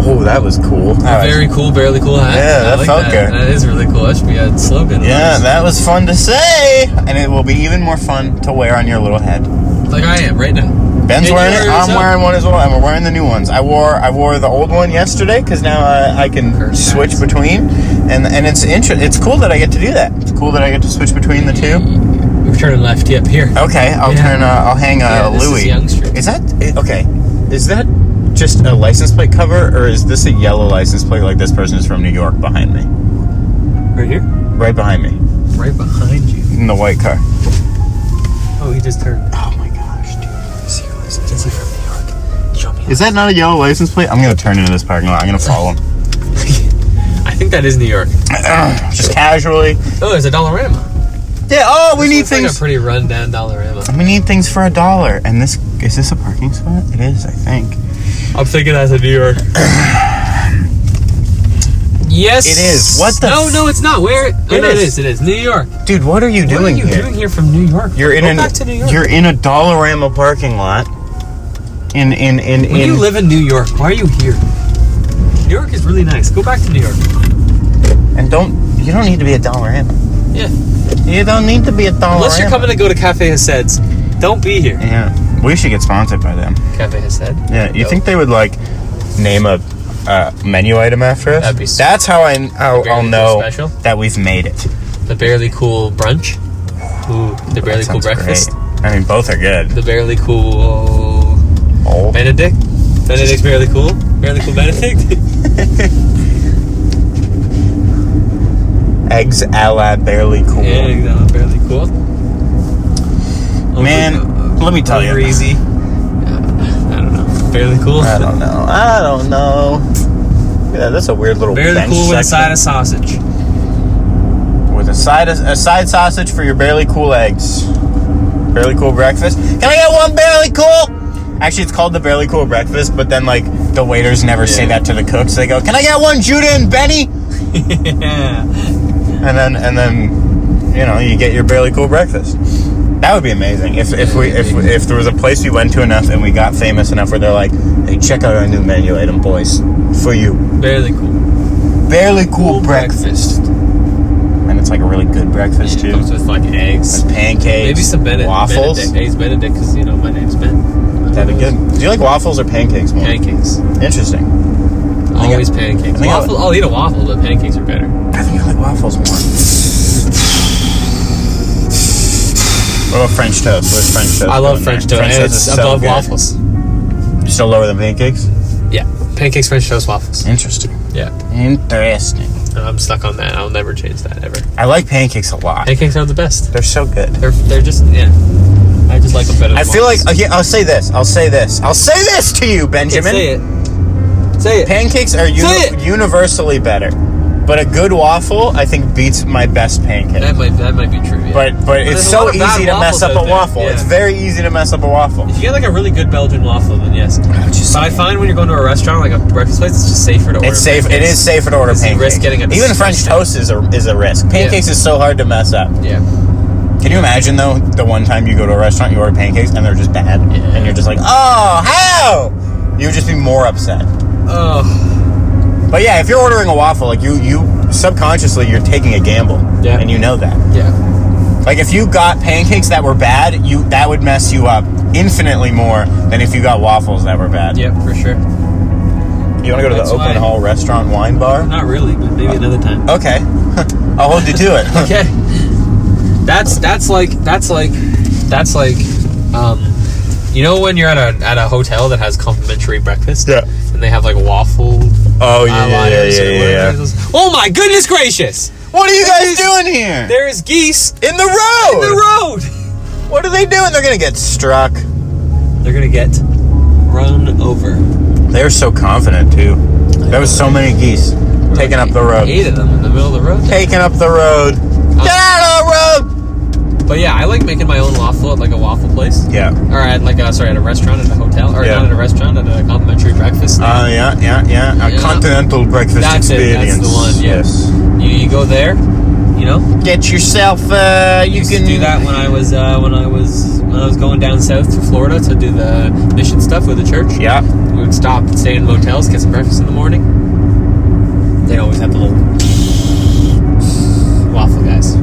Speaker 2: oh that was cool That was-
Speaker 3: Very cool, barely cool hat.
Speaker 2: Yeah,
Speaker 3: I
Speaker 2: that
Speaker 3: like
Speaker 2: felt good.
Speaker 3: That is really cool. That should be a slogan.
Speaker 2: yeah that was fun to say and it will be even more fun to wear on your little head
Speaker 3: like I am right now.
Speaker 2: ben's
Speaker 3: And
Speaker 2: wearing it
Speaker 3: yours,
Speaker 2: i'm
Speaker 3: huh?
Speaker 2: wearing one as well and we're wearing the new ones i wore i wore the old one yesterday because now I, I can
Speaker 3: Perfect.
Speaker 2: switch between and and it's inter- it's cool that i get to do that it's cool that i get to switch between the two
Speaker 3: We're turning left. Yep, here.
Speaker 2: Okay, I'll
Speaker 3: Yeah.
Speaker 2: turn. Uh, I'll hang
Speaker 3: Yeah,
Speaker 2: uh,
Speaker 3: this is
Speaker 2: Louis.
Speaker 3: Young Street.
Speaker 2: Is that i- okay? Is that just a license plate cover, or is this a yellow license plate like this person is from New York behind me,
Speaker 3: Right here.
Speaker 2: right behind me
Speaker 3: Right behind you.
Speaker 2: in the white car?
Speaker 3: Oh, he just turned.
Speaker 2: Oh my gosh, dude!
Speaker 3: Is he from New York? Show me.
Speaker 2: Is that not a yellow license plate? I'm gonna turn into this parking lot. I'm gonna follow him
Speaker 3: I think that is New York.
Speaker 2: just casually.
Speaker 3: Oh, there's a Dollarama.
Speaker 2: Yeah. Oh, we
Speaker 3: This
Speaker 2: need
Speaker 3: looks Like a
Speaker 2: things.
Speaker 3: pretty rundown Dollarama.
Speaker 2: we need things for a dollar. And this is this a parking spot? It is, I think.
Speaker 3: I'm thinking that's a New York. yes.
Speaker 2: It is. What the
Speaker 3: No,
Speaker 2: f-
Speaker 3: no, it's not. Where? Oh,
Speaker 2: It
Speaker 3: no, it
Speaker 2: is.
Speaker 3: is. It is New York. What
Speaker 2: Dude, what are you doing
Speaker 3: are you
Speaker 2: here?
Speaker 3: doing here from New York?
Speaker 2: You're in
Speaker 3: Go
Speaker 2: an,
Speaker 3: back to New York.
Speaker 2: You're in a Dollarama parking lot. In in in
Speaker 3: when
Speaker 2: in.
Speaker 3: you live in New York, why are you here? New York is really nice. Go back to New York.
Speaker 2: and don't you don't need to be a Dollarama.
Speaker 3: Yeah.
Speaker 2: You don't need to be a Dollarama.
Speaker 3: Unless you're coming to go to Cafe Hased's, don't be here.
Speaker 2: Yeah, we should get sponsored by them.
Speaker 3: Cafe Hased.
Speaker 2: Yeah, you
Speaker 3: Dope.
Speaker 2: think they would like name a uh, menu item after us?
Speaker 3: That'd be sick.
Speaker 2: That's how I how,
Speaker 3: Very
Speaker 2: I'll
Speaker 3: cool
Speaker 2: know
Speaker 3: special.
Speaker 2: that we've made it.
Speaker 3: The barely cool brunch. Ooh, the barely
Speaker 2: That
Speaker 3: cool
Speaker 2: sounds
Speaker 3: breakfast.
Speaker 2: great. I mean, both are good.
Speaker 3: The barely cool
Speaker 2: Oh.
Speaker 3: Benedict. Benedict's barely cool. Barely cool Benedict.
Speaker 2: Eggs a la barely cool.
Speaker 3: yeah, exactly. Barely cool. uh,
Speaker 2: Man, let me tell you.
Speaker 3: Breezy. I don't know. Barely cool.
Speaker 2: I don't know. I don't know. Yeah, that's a weird little
Speaker 3: Barely
Speaker 2: bench
Speaker 3: cool with a
Speaker 2: section.
Speaker 3: side of sausage.
Speaker 2: with a side a side sausage for your barely cool eggs. Barely cool breakfast. Can I get one barely cool? Actually, it's called the barely cool breakfast, but then like the waiters never say
Speaker 3: Yeah.
Speaker 2: that to the cooks. They go, "Can I get one Judah and Benny?"
Speaker 3: yeah.
Speaker 2: And then and then you know you get your barely cool breakfast. That would be amazing if, if we if, if there was a place we went to enough and we got famous enough where they're like, "Hey, check out our new menu item, boys, for you,
Speaker 3: Barely cool.
Speaker 2: barely cool, breakfast." And it's like a really good breakfast
Speaker 3: It
Speaker 2: too.
Speaker 3: comes with like eggs.
Speaker 2: With pancakes,
Speaker 3: Maybe some Benedict.
Speaker 2: waffles.
Speaker 3: Benedict. Eggs Benedict because, you know, my name's Ben.
Speaker 2: That'd be good. Do you like waffles or pancakes more?
Speaker 3: Pancakes.
Speaker 2: Interesting. I-
Speaker 3: Always pancakes.
Speaker 2: I think I-
Speaker 3: Waffle, I'll eat a waffle, but pancakes are better.
Speaker 2: I think I like waffles more. What about French toast? Where's French toast?
Speaker 3: I love
Speaker 2: going
Speaker 3: French
Speaker 2: there?
Speaker 3: toast. and it's
Speaker 2: so
Speaker 3: above
Speaker 2: good.
Speaker 3: waffles.
Speaker 2: Still lower than pancakes?
Speaker 3: Yeah, pancakes, French toast, waffles.
Speaker 2: Interesting.
Speaker 3: Yeah,
Speaker 2: Interesting.
Speaker 3: I'm stuck on that. I'll never change that ever.
Speaker 2: I like pancakes a lot.
Speaker 3: Pancakes are the best.
Speaker 2: They're so good.
Speaker 3: They're they're just yeah. I just like them better. Than
Speaker 2: I feel like uh,
Speaker 3: waffles.
Speaker 2: okay, I'll say this. I'll say this. I'll say this to you,
Speaker 3: Okay,
Speaker 2: Benjamin.
Speaker 3: say it. Say it.
Speaker 2: Pancakes are
Speaker 3: Say
Speaker 2: uni-
Speaker 3: it.
Speaker 2: universally better, but a good waffle I think beats my best pancake.
Speaker 3: that might that might be true. yeah.
Speaker 2: but but
Speaker 3: there's
Speaker 2: it's
Speaker 3: a
Speaker 2: so
Speaker 3: lot of bad
Speaker 2: easy to mess
Speaker 3: waffles
Speaker 2: up a
Speaker 3: out there.
Speaker 2: waffle.
Speaker 3: Yeah.
Speaker 2: It's very easy to mess up a waffle.
Speaker 3: if you get like a really good Belgian waffle, then yes.
Speaker 2: just-
Speaker 3: But I find when you're going to a restaurant, like a breakfast place, it's just safer to order.
Speaker 2: It's safe. It is safer to order
Speaker 3: Because you
Speaker 2: pancakes.
Speaker 3: risk getting a
Speaker 2: Even French
Speaker 3: disgusting-
Speaker 2: toast is a is a risk. Pancakes is so hard to mess up.
Speaker 3: Yeah.
Speaker 2: Can you imagine though the one time you go to a restaurant, you order pancakes and they're just bad, and you're just like, oh how? You would just be more upset.
Speaker 3: Oh.
Speaker 2: But yeah, if you're ordering a waffle, like you you subconsciously you're taking a gamble,
Speaker 3: Yeah.
Speaker 2: and you know that.
Speaker 3: Yeah.
Speaker 2: Like if you got pancakes that were bad, you that would mess you up infinitely more than if you got waffles that were bad.
Speaker 3: Yeah. For sure.
Speaker 2: You want to go to
Speaker 3: That's
Speaker 2: the Oakland
Speaker 3: why-
Speaker 2: Hall Restaurant Wine Bar?
Speaker 3: Not really, but
Speaker 2: Uh,
Speaker 3: maybe another time.
Speaker 2: Okay, I'll hold you to it.
Speaker 3: Okay. That's that's like that's like that's like um you know when you're at a at a hotel that has complimentary breakfast?
Speaker 2: Yeah.
Speaker 3: And they have like waffle
Speaker 2: Oh yeah, yeah, yeah,
Speaker 3: eyeliners
Speaker 2: yeah,
Speaker 3: or
Speaker 2: yeah,
Speaker 3: whatever.
Speaker 2: yeah.
Speaker 3: it is. Oh my goodness gracious!
Speaker 2: What are you guys doing here?
Speaker 3: There is geese
Speaker 2: in the road.
Speaker 3: in the road!
Speaker 2: What are they doing? They're gonna get struck.
Speaker 3: They're gonna get run over.
Speaker 2: They were so confident too. There was so many geese taking up the
Speaker 3: Eight
Speaker 2: road.
Speaker 3: Uh, of them in the middle of the road.
Speaker 2: Taking up the road. Get out of the road.
Speaker 3: But yeah, I like making my own waffle at like a waffle place.
Speaker 2: Yeah.
Speaker 3: Or at like a, sorry, at a restaurant at a hotel. Or
Speaker 2: Yeah.
Speaker 3: not at a restaurant, at a complimentary breakfast.
Speaker 2: Uh, yeah, yeah, yeah. A
Speaker 3: Yeah.
Speaker 2: continental breakfast
Speaker 3: That's it, that's
Speaker 2: experience.
Speaker 3: the one, yeah. you, you go there, you know,
Speaker 2: Get yourself. Uh, you
Speaker 3: used
Speaker 2: can
Speaker 3: to do that when I was uh, when I was when I was going down south to Florida to do the mission stuff with the church.
Speaker 2: Yeah.
Speaker 3: we would stop, and stay in motels, get some breakfast in the morning. They always have the little waffle guys.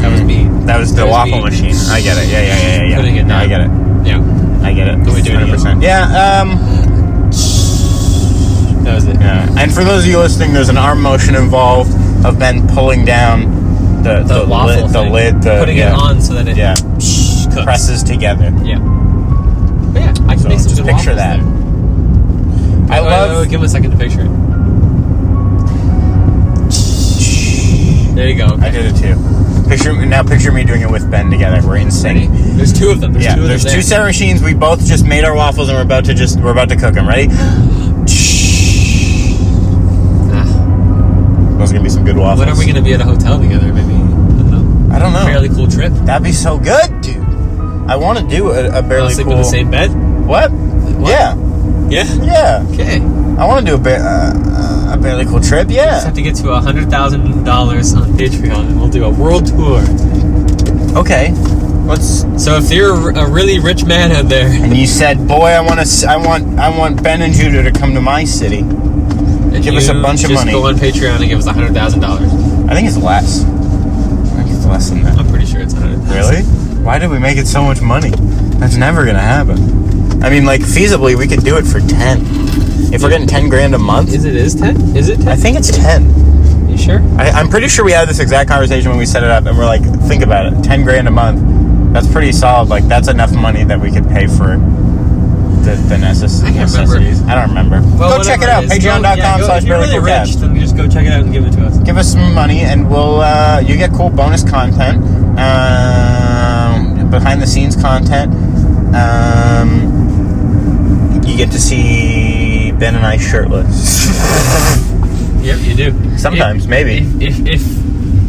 Speaker 3: That was me.
Speaker 2: That was the
Speaker 3: That was
Speaker 2: waffle
Speaker 3: me.
Speaker 2: machine. I get it. Yeah, yeah, yeah, yeah. yeah.
Speaker 3: Putting it
Speaker 2: No, I
Speaker 3: down.
Speaker 2: get it.
Speaker 3: Yeah,
Speaker 2: I get it.
Speaker 3: Can we do it again?
Speaker 2: 100%. Yeah. Um.
Speaker 3: that was it.
Speaker 2: Yeah. And for those of you listening, there's an arm motion involved of Ben pulling down the
Speaker 3: The, waffle,
Speaker 2: lid, the
Speaker 3: thing.
Speaker 2: lid, the
Speaker 3: putting
Speaker 2: yeah.
Speaker 3: it on so that it
Speaker 2: Yeah.
Speaker 3: cooks.
Speaker 2: Presses together.
Speaker 3: Yeah, but yeah, I can
Speaker 2: So
Speaker 3: make some
Speaker 2: just
Speaker 3: good
Speaker 2: picture
Speaker 3: waffles
Speaker 2: that.
Speaker 3: there.
Speaker 2: I
Speaker 3: Oh,
Speaker 2: love.
Speaker 3: oh, give him a second to picture it. There you go. Okay.
Speaker 2: I did it too. Picture now. Picture me doing it with Ben together. We're in sync.
Speaker 3: There's two of them. There's
Speaker 2: Yeah.
Speaker 3: two of
Speaker 2: There's
Speaker 3: them.
Speaker 2: two
Speaker 3: there.
Speaker 2: separate machines. We both just made our waffles, and we're about to just we're about to cook them. Ready?
Speaker 3: Ah,
Speaker 2: Those are gonna be some good waffles.
Speaker 3: when are we gonna be at a hotel together? Maybe. I don't know.
Speaker 2: I don't know.
Speaker 3: Fairly cool trip.
Speaker 2: That'd be so good, dude. I want to do a, a
Speaker 3: Really
Speaker 2: barely
Speaker 3: sleep
Speaker 2: cool.
Speaker 3: in the same bed.
Speaker 2: What? Yeah.
Speaker 3: Yeah.
Speaker 2: Yeah.
Speaker 3: Okay.
Speaker 2: I want to do a ba- uh, uh, a barely cool trip.
Speaker 3: Just
Speaker 2: Yeah.
Speaker 3: have to get to a hundred thousand dollars on Patreon, and we'll do a world tour.
Speaker 2: Okay. Let's.
Speaker 3: So if you're a really rich man out there,
Speaker 2: And you said, boy, I want to. I want. I want Ben and Judah to come to my city.
Speaker 3: and
Speaker 2: Give us a
Speaker 3: you
Speaker 2: bunch of
Speaker 3: just
Speaker 2: money.
Speaker 3: Go on Patreon and give us a hundred thousand dollars.
Speaker 2: I think it's less. I think it's less than that.
Speaker 3: I'm pretty sure it's a hundred.
Speaker 2: Really? Why did we make it so much money? That's never gonna happen. I mean, like feasibly, we could do it for ten. If we're getting ten grand a month,
Speaker 3: Is it is ten? Is it
Speaker 2: I
Speaker 3: ten?
Speaker 2: think it's ten.
Speaker 3: you sure?
Speaker 2: I, I'm pretty sure we had this exact conversation when we set it up, and we're like, think about it, ten grand a month. That's pretty solid. Like that's enough money that we could pay for the, the necess-
Speaker 3: I can't remember.
Speaker 2: necessities. I don't remember. go check
Speaker 3: whatever
Speaker 2: it out.
Speaker 3: is. Go- yeah, go-
Speaker 2: Patreon.com/slash
Speaker 3: If you're really
Speaker 2: barelycoolcast.
Speaker 3: rich, then just go check it out and give it to us.
Speaker 2: give us some money and we'll uh, you get cool bonus content um, behind the scenes content um, you get to see ben and i shirtless
Speaker 3: Yep, you do.
Speaker 2: Sometimes,
Speaker 3: If-
Speaker 2: maybe.
Speaker 3: If if, if,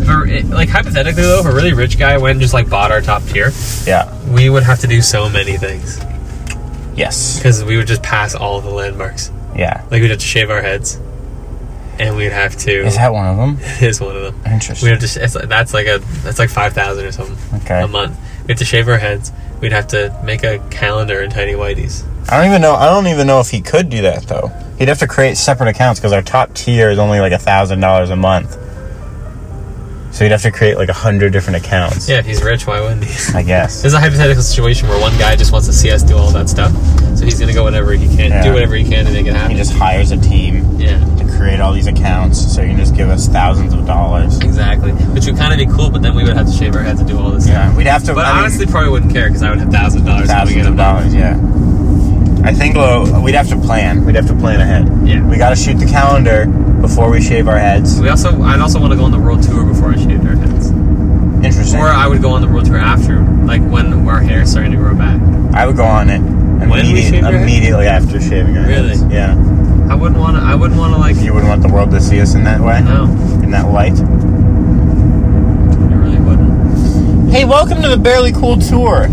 Speaker 3: if a, it- like hypothetically though, if a really rich guy went and just like bought our top tier,
Speaker 2: yeah
Speaker 3: we would have to do so many things
Speaker 2: yes
Speaker 3: because we would just pass all the landmarks.
Speaker 2: yeah
Speaker 3: Like we'd have to shave our heads, and we'd have to.
Speaker 2: is that one of them
Speaker 3: is one of them. We
Speaker 2: interesting
Speaker 3: have to. sh- It's, that's like a. That's like five thousand or something.
Speaker 2: Okay.
Speaker 3: A month. We have to shave our heads. We'd have to make a calendar in tiny whiteys.
Speaker 2: i don't even know i don't even know if he could do that though he'd have to create separate accounts because our top tier is only like a thousand dollars a month so he'd have to create like a hundred different accounts
Speaker 3: Yeah, if he's rich, why wouldn't he?
Speaker 2: i guess
Speaker 3: There's a hypothetical situation where one guy just wants to see us do all that stuff, so he's gonna go whenever he can,
Speaker 2: Yeah.
Speaker 3: do whatever he can to make it happen.
Speaker 2: he just hires a team
Speaker 3: yeah,
Speaker 2: to create all these accounts so you can just give us thousands of dollars.
Speaker 3: exactly. Which would kind of be cool, but then we would have to shave our heads and do all this
Speaker 2: Yeah,
Speaker 3: stuff.
Speaker 2: we'd have to.
Speaker 3: But
Speaker 2: I mean,
Speaker 3: honestly, probably wouldn't care because I would have thousand dollars coming
Speaker 2: thousands
Speaker 3: in a
Speaker 2: of
Speaker 3: month.
Speaker 2: dollars. Yeah. I think uh, we'd have to plan. We'd have to plan ahead.
Speaker 3: Yeah.
Speaker 2: We got to shoot the calendar before we shave our heads.
Speaker 3: We also, I'd also want to go on the world tour before I shaved our heads,
Speaker 2: Interesting.
Speaker 3: or I would go on the world tour after, like when our hair is starting to grow back.
Speaker 2: I would go on it
Speaker 3: When we
Speaker 2: immediate,
Speaker 3: shave our heads?
Speaker 2: immediately after shaving our
Speaker 3: Really?
Speaker 2: heads. Yeah.
Speaker 3: I wouldn't want to. I wouldn't want to like.
Speaker 2: You wouldn't want the world to see us in that way,
Speaker 3: No,
Speaker 2: in that light.
Speaker 3: I really wouldn't.
Speaker 2: Hey, welcome to the Barely Cool Tour.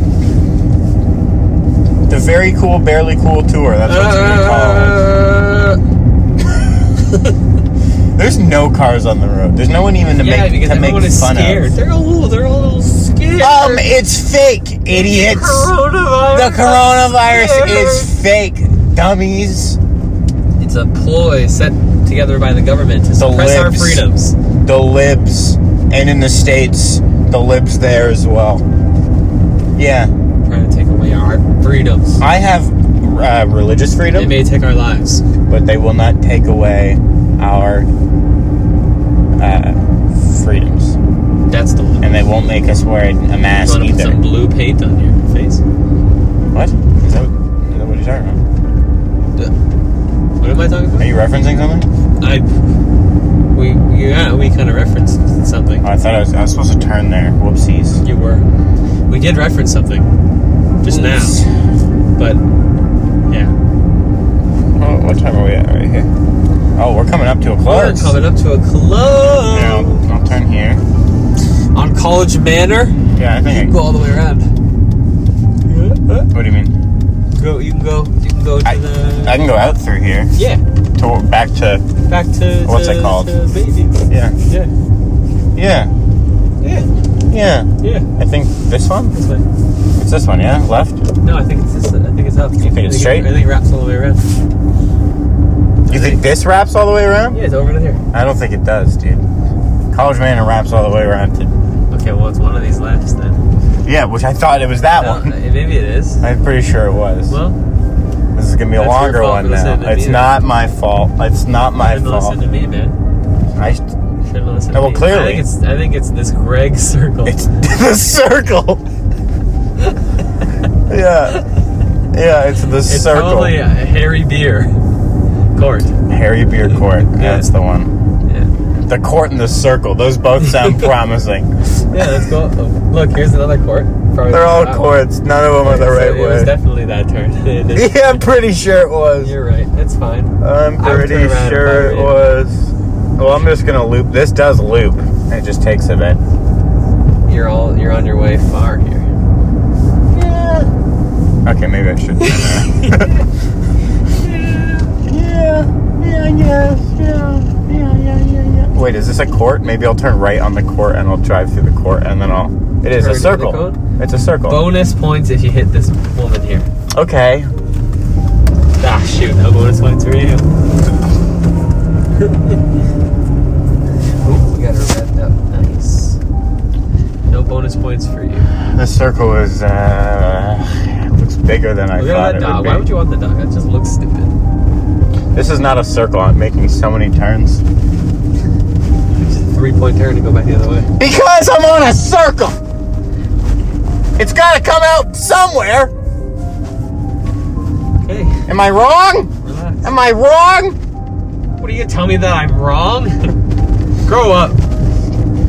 Speaker 2: The very cool, barely cool tour. That's what it's gonna be called. There's no cars on the road. There's no one even to
Speaker 3: yeah,
Speaker 2: make
Speaker 3: because
Speaker 2: to make
Speaker 3: everyone is
Speaker 2: fun
Speaker 3: scared.
Speaker 2: of.
Speaker 3: They're all. They're all scared.
Speaker 2: Um, it's fake, idiots. The
Speaker 3: Coronavirus.
Speaker 2: coronavirus is fake, dummies.
Speaker 3: It's a ploy set together by the government to suppress our
Speaker 2: libs.
Speaker 3: freedoms.
Speaker 2: The libs, and in the states, the libs there as well. Yeah,
Speaker 3: Trying to take away our freedoms.
Speaker 2: I have uh, religious
Speaker 3: They
Speaker 2: freedom,
Speaker 3: may take our lives.
Speaker 2: but they will not take away our uh, freedoms,
Speaker 3: That's the.
Speaker 2: and they won't make us wear a mask
Speaker 3: want to put
Speaker 2: either.
Speaker 3: some blue paint on your face.
Speaker 2: What? Is that, is that what you're talking about?
Speaker 3: What am I talking
Speaker 2: Are
Speaker 3: about?
Speaker 2: you referencing something?
Speaker 3: I. We yeah we kind of referenced something.
Speaker 2: Oh, I thought I was, I was supposed to turn there. Whoopsies.
Speaker 3: You were. We did reference something just now, but yeah,
Speaker 2: Oh, what time are we at right here? Oh, we're coming up to a
Speaker 3: we're
Speaker 2: close.
Speaker 3: coming up to a
Speaker 2: Yeah,
Speaker 3: close
Speaker 2: I'll, I'll turn here.
Speaker 3: on College Manor.
Speaker 2: Yeah, I
Speaker 3: You
Speaker 2: think.
Speaker 3: can go
Speaker 2: I,
Speaker 3: all the way around.
Speaker 2: what do you mean?
Speaker 3: Go. You can go. You can go to
Speaker 2: I-
Speaker 3: the.
Speaker 2: I can go out through here.
Speaker 3: yeah.
Speaker 2: To back to.
Speaker 3: Back to
Speaker 2: What's
Speaker 3: to,
Speaker 2: it called?
Speaker 3: To baby.
Speaker 2: Yeah.
Speaker 3: Yeah.
Speaker 2: Yeah.
Speaker 3: Yeah.
Speaker 2: Yeah.
Speaker 3: Yeah.
Speaker 2: I think this one.
Speaker 3: This way.
Speaker 2: It's this one. Yeah. Left.
Speaker 3: No, I think it's just, I think it's up. You
Speaker 2: think it's straight?
Speaker 3: I think it wraps all the way around.
Speaker 2: You think this wraps all the way around?
Speaker 3: Yeah, it's over to here.
Speaker 2: I don't think it does, dude. College Manor wraps all the way around to.
Speaker 3: Okay, well, it's one of these lefts then.
Speaker 2: Yeah, which I thought it was that
Speaker 3: No,
Speaker 2: one.
Speaker 3: uh, maybe it is.
Speaker 2: I'm pretty sure it was.
Speaker 3: Well,
Speaker 2: This is gonna be a
Speaker 3: That's your
Speaker 2: longer
Speaker 3: fault
Speaker 2: one
Speaker 3: for listening
Speaker 2: now.
Speaker 3: to
Speaker 2: It's
Speaker 3: me.
Speaker 2: not my fault. It's not my
Speaker 3: shouldn't
Speaker 2: fault.
Speaker 3: listen to me, man.
Speaker 2: I,
Speaker 3: Shouldn't listen.
Speaker 2: Oh,
Speaker 3: to
Speaker 2: well,
Speaker 3: me. I
Speaker 2: clearly.
Speaker 3: think it's I think it's this Greg circle.
Speaker 2: it's the circle. yeah, yeah, it's the
Speaker 3: It's
Speaker 2: circle.
Speaker 3: probably a Harry Beer court.
Speaker 2: Harry Beer Court.
Speaker 3: Yeah.
Speaker 2: That's the one.
Speaker 3: Yeah.
Speaker 2: The court and the circle. Those both sound promising.
Speaker 3: Yeah, let's go. Oh, Look, here's another court. Probably
Speaker 2: They're all
Speaker 3: that one.
Speaker 2: courts. None of them are the
Speaker 3: So
Speaker 2: right
Speaker 3: It was
Speaker 2: way.
Speaker 3: definitely that turn. It is.
Speaker 2: Yeah, I'm pretty sure it was.
Speaker 3: You're right. It's fine.
Speaker 2: I'm
Speaker 3: I would
Speaker 2: pretty
Speaker 3: turn around if
Speaker 2: sure
Speaker 3: I
Speaker 2: it
Speaker 3: were you.
Speaker 2: was. Well, I'm just gonna loop. This does loop. It just takes a bit.
Speaker 3: You're all you're on your way far here.
Speaker 2: Yeah. Okay, maybe I should. yeah. Yeah, I guess. Yeah. Yeah, yeah, yeah, yeah. Wait, is this a court? Maybe I'll turn right on the court and I'll drive through the court and then I'll. It is a
Speaker 3: Turn through the
Speaker 2: circle.
Speaker 3: court?
Speaker 2: It's a circle.
Speaker 3: Bonus points if you hit this woman here.
Speaker 2: Okay.
Speaker 3: Ah, shoot, no bonus points for you. Ooh, we got her wrapped up. Nice. No bonus points for you.
Speaker 2: The circle is. uh Looks bigger than I
Speaker 3: Look
Speaker 2: thought
Speaker 3: at
Speaker 2: it
Speaker 3: that
Speaker 2: would
Speaker 3: dog.
Speaker 2: be.
Speaker 3: Why would you want the dog? That just looks stupid.
Speaker 2: This is not a circle. I'm making so many turns.
Speaker 3: It's a three point turn to go back the other way.
Speaker 2: Because I'm on a circle. It's got to come out somewhere.
Speaker 3: Okay,
Speaker 2: Am I wrong?
Speaker 3: relax.
Speaker 2: Am I wrong?
Speaker 3: What are you gonna tell me that I'm wrong? Grow up.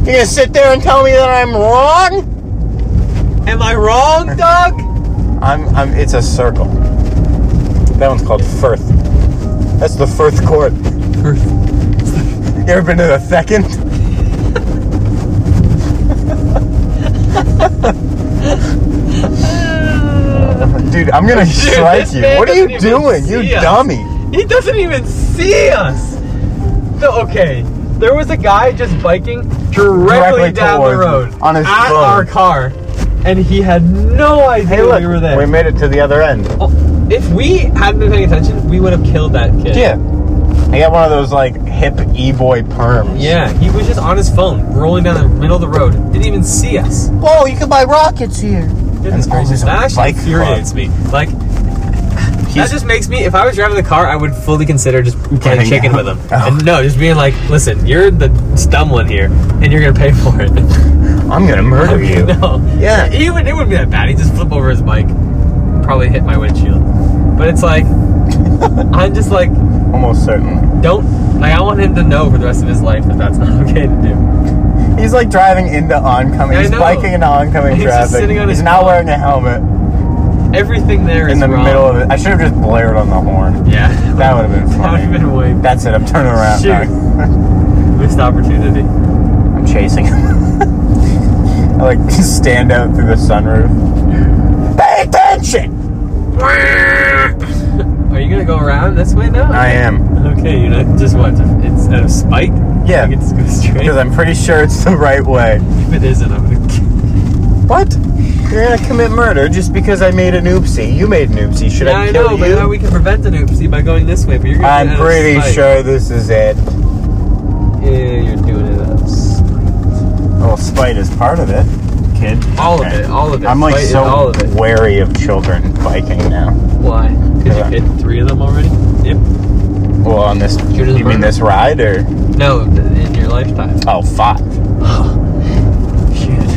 Speaker 2: You gonna sit there and tell me that I'm wrong?
Speaker 3: Am I wrong, dog?
Speaker 2: I'm. I'm. It's a circle. That one's called Firth. That's the Firth Court. You ever been to the second? Dude, I'm gonna strike
Speaker 3: this
Speaker 2: you.
Speaker 3: man
Speaker 2: What are you
Speaker 3: doesn't even
Speaker 2: doing? You
Speaker 3: see us.
Speaker 2: dummy.
Speaker 3: He doesn't even see us. No, okay. There was a guy just biking directly,
Speaker 2: Directly
Speaker 3: down the
Speaker 2: towards
Speaker 3: road
Speaker 2: on his
Speaker 3: at
Speaker 2: phone.
Speaker 3: our car, and he had no idea
Speaker 2: Hey, look,
Speaker 3: we were there.
Speaker 2: we made it to the other end.
Speaker 3: Oh, if we hadn't been paying attention, we would have killed that kid.
Speaker 2: Yeah. I got one of those like hip e boy perms.
Speaker 3: Yeah, he was just on his phone, rolling down the middle of the road. Didn't even see us.
Speaker 2: Whoa, you can buy rockets here.
Speaker 3: Goodness
Speaker 2: And all
Speaker 3: gracious,
Speaker 2: these
Speaker 3: that actually
Speaker 2: bike clubs.
Speaker 3: infuriates me. Like,
Speaker 2: He's-
Speaker 3: that just makes me. If I was driving the car, I would fully consider just playing
Speaker 2: Getting
Speaker 3: chicken
Speaker 2: out.
Speaker 3: with him.
Speaker 2: Oh.
Speaker 3: And no, just being like, listen, you're the dumb one here, and you're gonna pay for it.
Speaker 2: I'm gonna murder you.
Speaker 3: no.
Speaker 2: Yeah.
Speaker 3: He would. It wouldn't be that bad. He'd just flip over his bike, probably hit my windshield. But it's like, I'm just like,
Speaker 2: Almost certainly.
Speaker 3: don't. Like, I want him to know for the rest of his life that that's not okay to do.
Speaker 2: He's like driving into oncoming.
Speaker 3: I
Speaker 2: He's
Speaker 3: know.
Speaker 2: biking into oncoming
Speaker 3: He's just
Speaker 2: traffic.
Speaker 3: sitting on
Speaker 2: He's
Speaker 3: his
Speaker 2: not
Speaker 3: phone.
Speaker 2: wearing a helmet.
Speaker 3: everything there is
Speaker 2: in the
Speaker 3: wrong.
Speaker 2: middle of it. I should have just blared on the horn.
Speaker 3: Yeah.
Speaker 2: That would have been
Speaker 3: That would have
Speaker 2: funny.
Speaker 3: been way
Speaker 2: That's it. I'm turning around.
Speaker 3: Shoot. missed opportunity.
Speaker 2: I'm chasing him. I like stand out through the sunroof. Pay attention.
Speaker 3: Are you gonna go around this way now?
Speaker 2: I am
Speaker 3: Okay, you know, just what? It's a spike.
Speaker 2: Yeah.
Speaker 3: Like it's go straight.
Speaker 2: because I'm pretty sure it's the right way.
Speaker 3: if it isn't, I'm gonna. kill-
Speaker 2: What? You're gonna commit murder just because I made an oopsie. You made an oopsie. Should
Speaker 3: Yeah,
Speaker 2: I
Speaker 3: I
Speaker 2: kill
Speaker 3: know, but
Speaker 2: you?
Speaker 3: now we can prevent an oopsie by going this way. But you're gonna. do
Speaker 2: I'm
Speaker 3: it out of
Speaker 2: pretty
Speaker 3: spite.
Speaker 2: sure this is it.
Speaker 3: Yeah, you're doing it. Out of spite.
Speaker 2: Well, spite is part of it, kid.
Speaker 3: All of it. All of it.
Speaker 2: I'm like
Speaker 3: Spite is
Speaker 2: so
Speaker 3: all of it.
Speaker 2: wary of children biking now.
Speaker 3: Why? Because you hit three of them already. Yep.
Speaker 2: Well, on this,
Speaker 3: You're just
Speaker 2: you mean
Speaker 3: murder.
Speaker 2: this ride or?
Speaker 3: No, th- in your lifetime.
Speaker 2: Oh, five,
Speaker 3: Shit.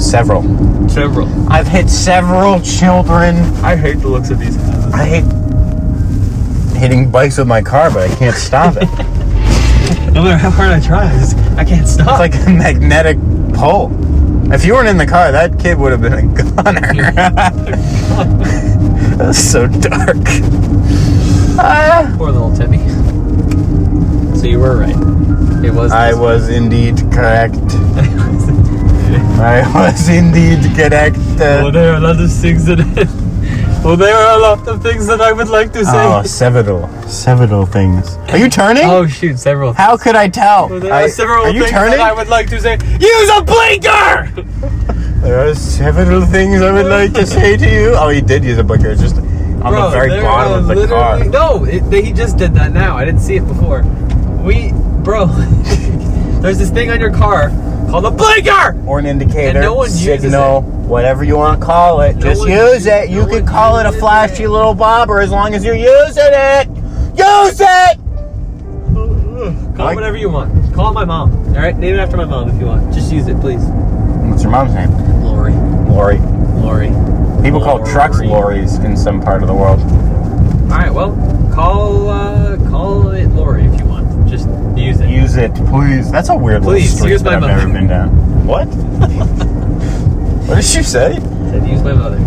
Speaker 2: several.
Speaker 3: Several.
Speaker 2: I've hit several children.
Speaker 3: I hate the looks of these houses.
Speaker 2: I hate hitting bikes with my car, but I can't stop it. it's
Speaker 3: No matter how hard I try, I, just, I can't stop.
Speaker 2: like a magnetic pole. If you weren't in the car, that kid would have been a goner. That's so dark. Ah.
Speaker 3: Poor little Timmy. So you were right. It was.
Speaker 2: I
Speaker 3: this
Speaker 2: was indeed correct.
Speaker 3: one.
Speaker 2: I was indeed correct. Uh,
Speaker 3: well, there are a lot of things that. well, there are a lot of things that I would like to say.
Speaker 2: Oh, several, several things. Are you turning?
Speaker 3: Oh, shoot, several.
Speaker 2: How could I tell?
Speaker 3: Well, there are
Speaker 2: I-
Speaker 3: several
Speaker 2: are you
Speaker 3: things
Speaker 2: turning?
Speaker 3: that I would like to say. Use a blinker.
Speaker 2: There are several things I would like to say to you. Oh, he did use a blinker. It's just on the
Speaker 3: Bro,
Speaker 2: very
Speaker 3: there
Speaker 2: bottom
Speaker 3: are
Speaker 2: of the car.
Speaker 3: literally- No, it, they- he just did that now. I didn't see it before. We, bro, there's this thing on your car called a blinker.
Speaker 2: Or an indicator,
Speaker 3: And no one uses
Speaker 2: signal, whatever you want to call it. just
Speaker 3: one-
Speaker 2: use it.
Speaker 3: no
Speaker 2: You could
Speaker 3: one
Speaker 2: call it a
Speaker 3: uses
Speaker 2: flashy
Speaker 3: it.
Speaker 2: little bobber as long as you're using it. Use it!
Speaker 3: Call
Speaker 2: Like-
Speaker 3: it whatever you want. Call it my mom. All right, name it after my mom if you want. Just use it, please.
Speaker 2: What's your mom's name?
Speaker 3: Lori.
Speaker 2: Lori.
Speaker 3: Lori. All
Speaker 2: People call trucks
Speaker 3: Lori.
Speaker 2: lorries in some part of the world.
Speaker 3: right, well, call uh, call it Lori if you want. Just use it.
Speaker 2: Use it, please. That's a weird
Speaker 3: Please,
Speaker 2: little street
Speaker 3: use
Speaker 2: that
Speaker 3: my
Speaker 2: I've
Speaker 3: mother.
Speaker 2: never been down. What? what did she say?
Speaker 3: Said use my mother.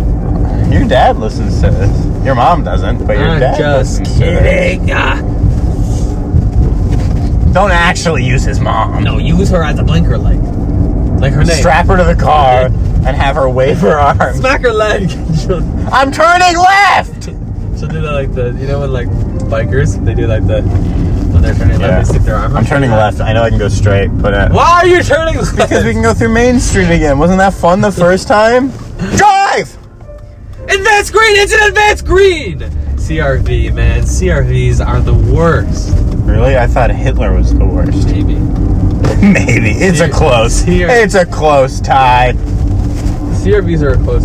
Speaker 2: Your dad listens to this. Your mom doesn't, but your
Speaker 3: I'm
Speaker 2: dad
Speaker 3: just
Speaker 2: listens to this.
Speaker 3: kidding. Ah,
Speaker 2: Don't actually use his mom.
Speaker 3: no, use her as a blinker light. Like her name.
Speaker 2: Strap her to the car and have her wave her arm.
Speaker 3: Smack her leg. she'll,
Speaker 2: I'm turning left.
Speaker 3: she'll do that like the you know when like bikers they do like the when they're turning
Speaker 2: Yeah.
Speaker 3: left they stick their arm.
Speaker 2: I'm
Speaker 3: up.
Speaker 2: turning left. I know I can go straight, but uh,
Speaker 3: Why are you turning left?
Speaker 2: because we can go through Main Street again. Wasn't that fun the first time? Drive.
Speaker 3: Advanced green, it's an advanced green! CRV, man. CRVs are the worst.
Speaker 2: Really? I thought Hitler was the worst.
Speaker 3: Maybe.
Speaker 2: Maybe it's a
Speaker 3: Here.
Speaker 2: close.
Speaker 3: Here.
Speaker 2: It's a close tie.
Speaker 3: CRVs are a close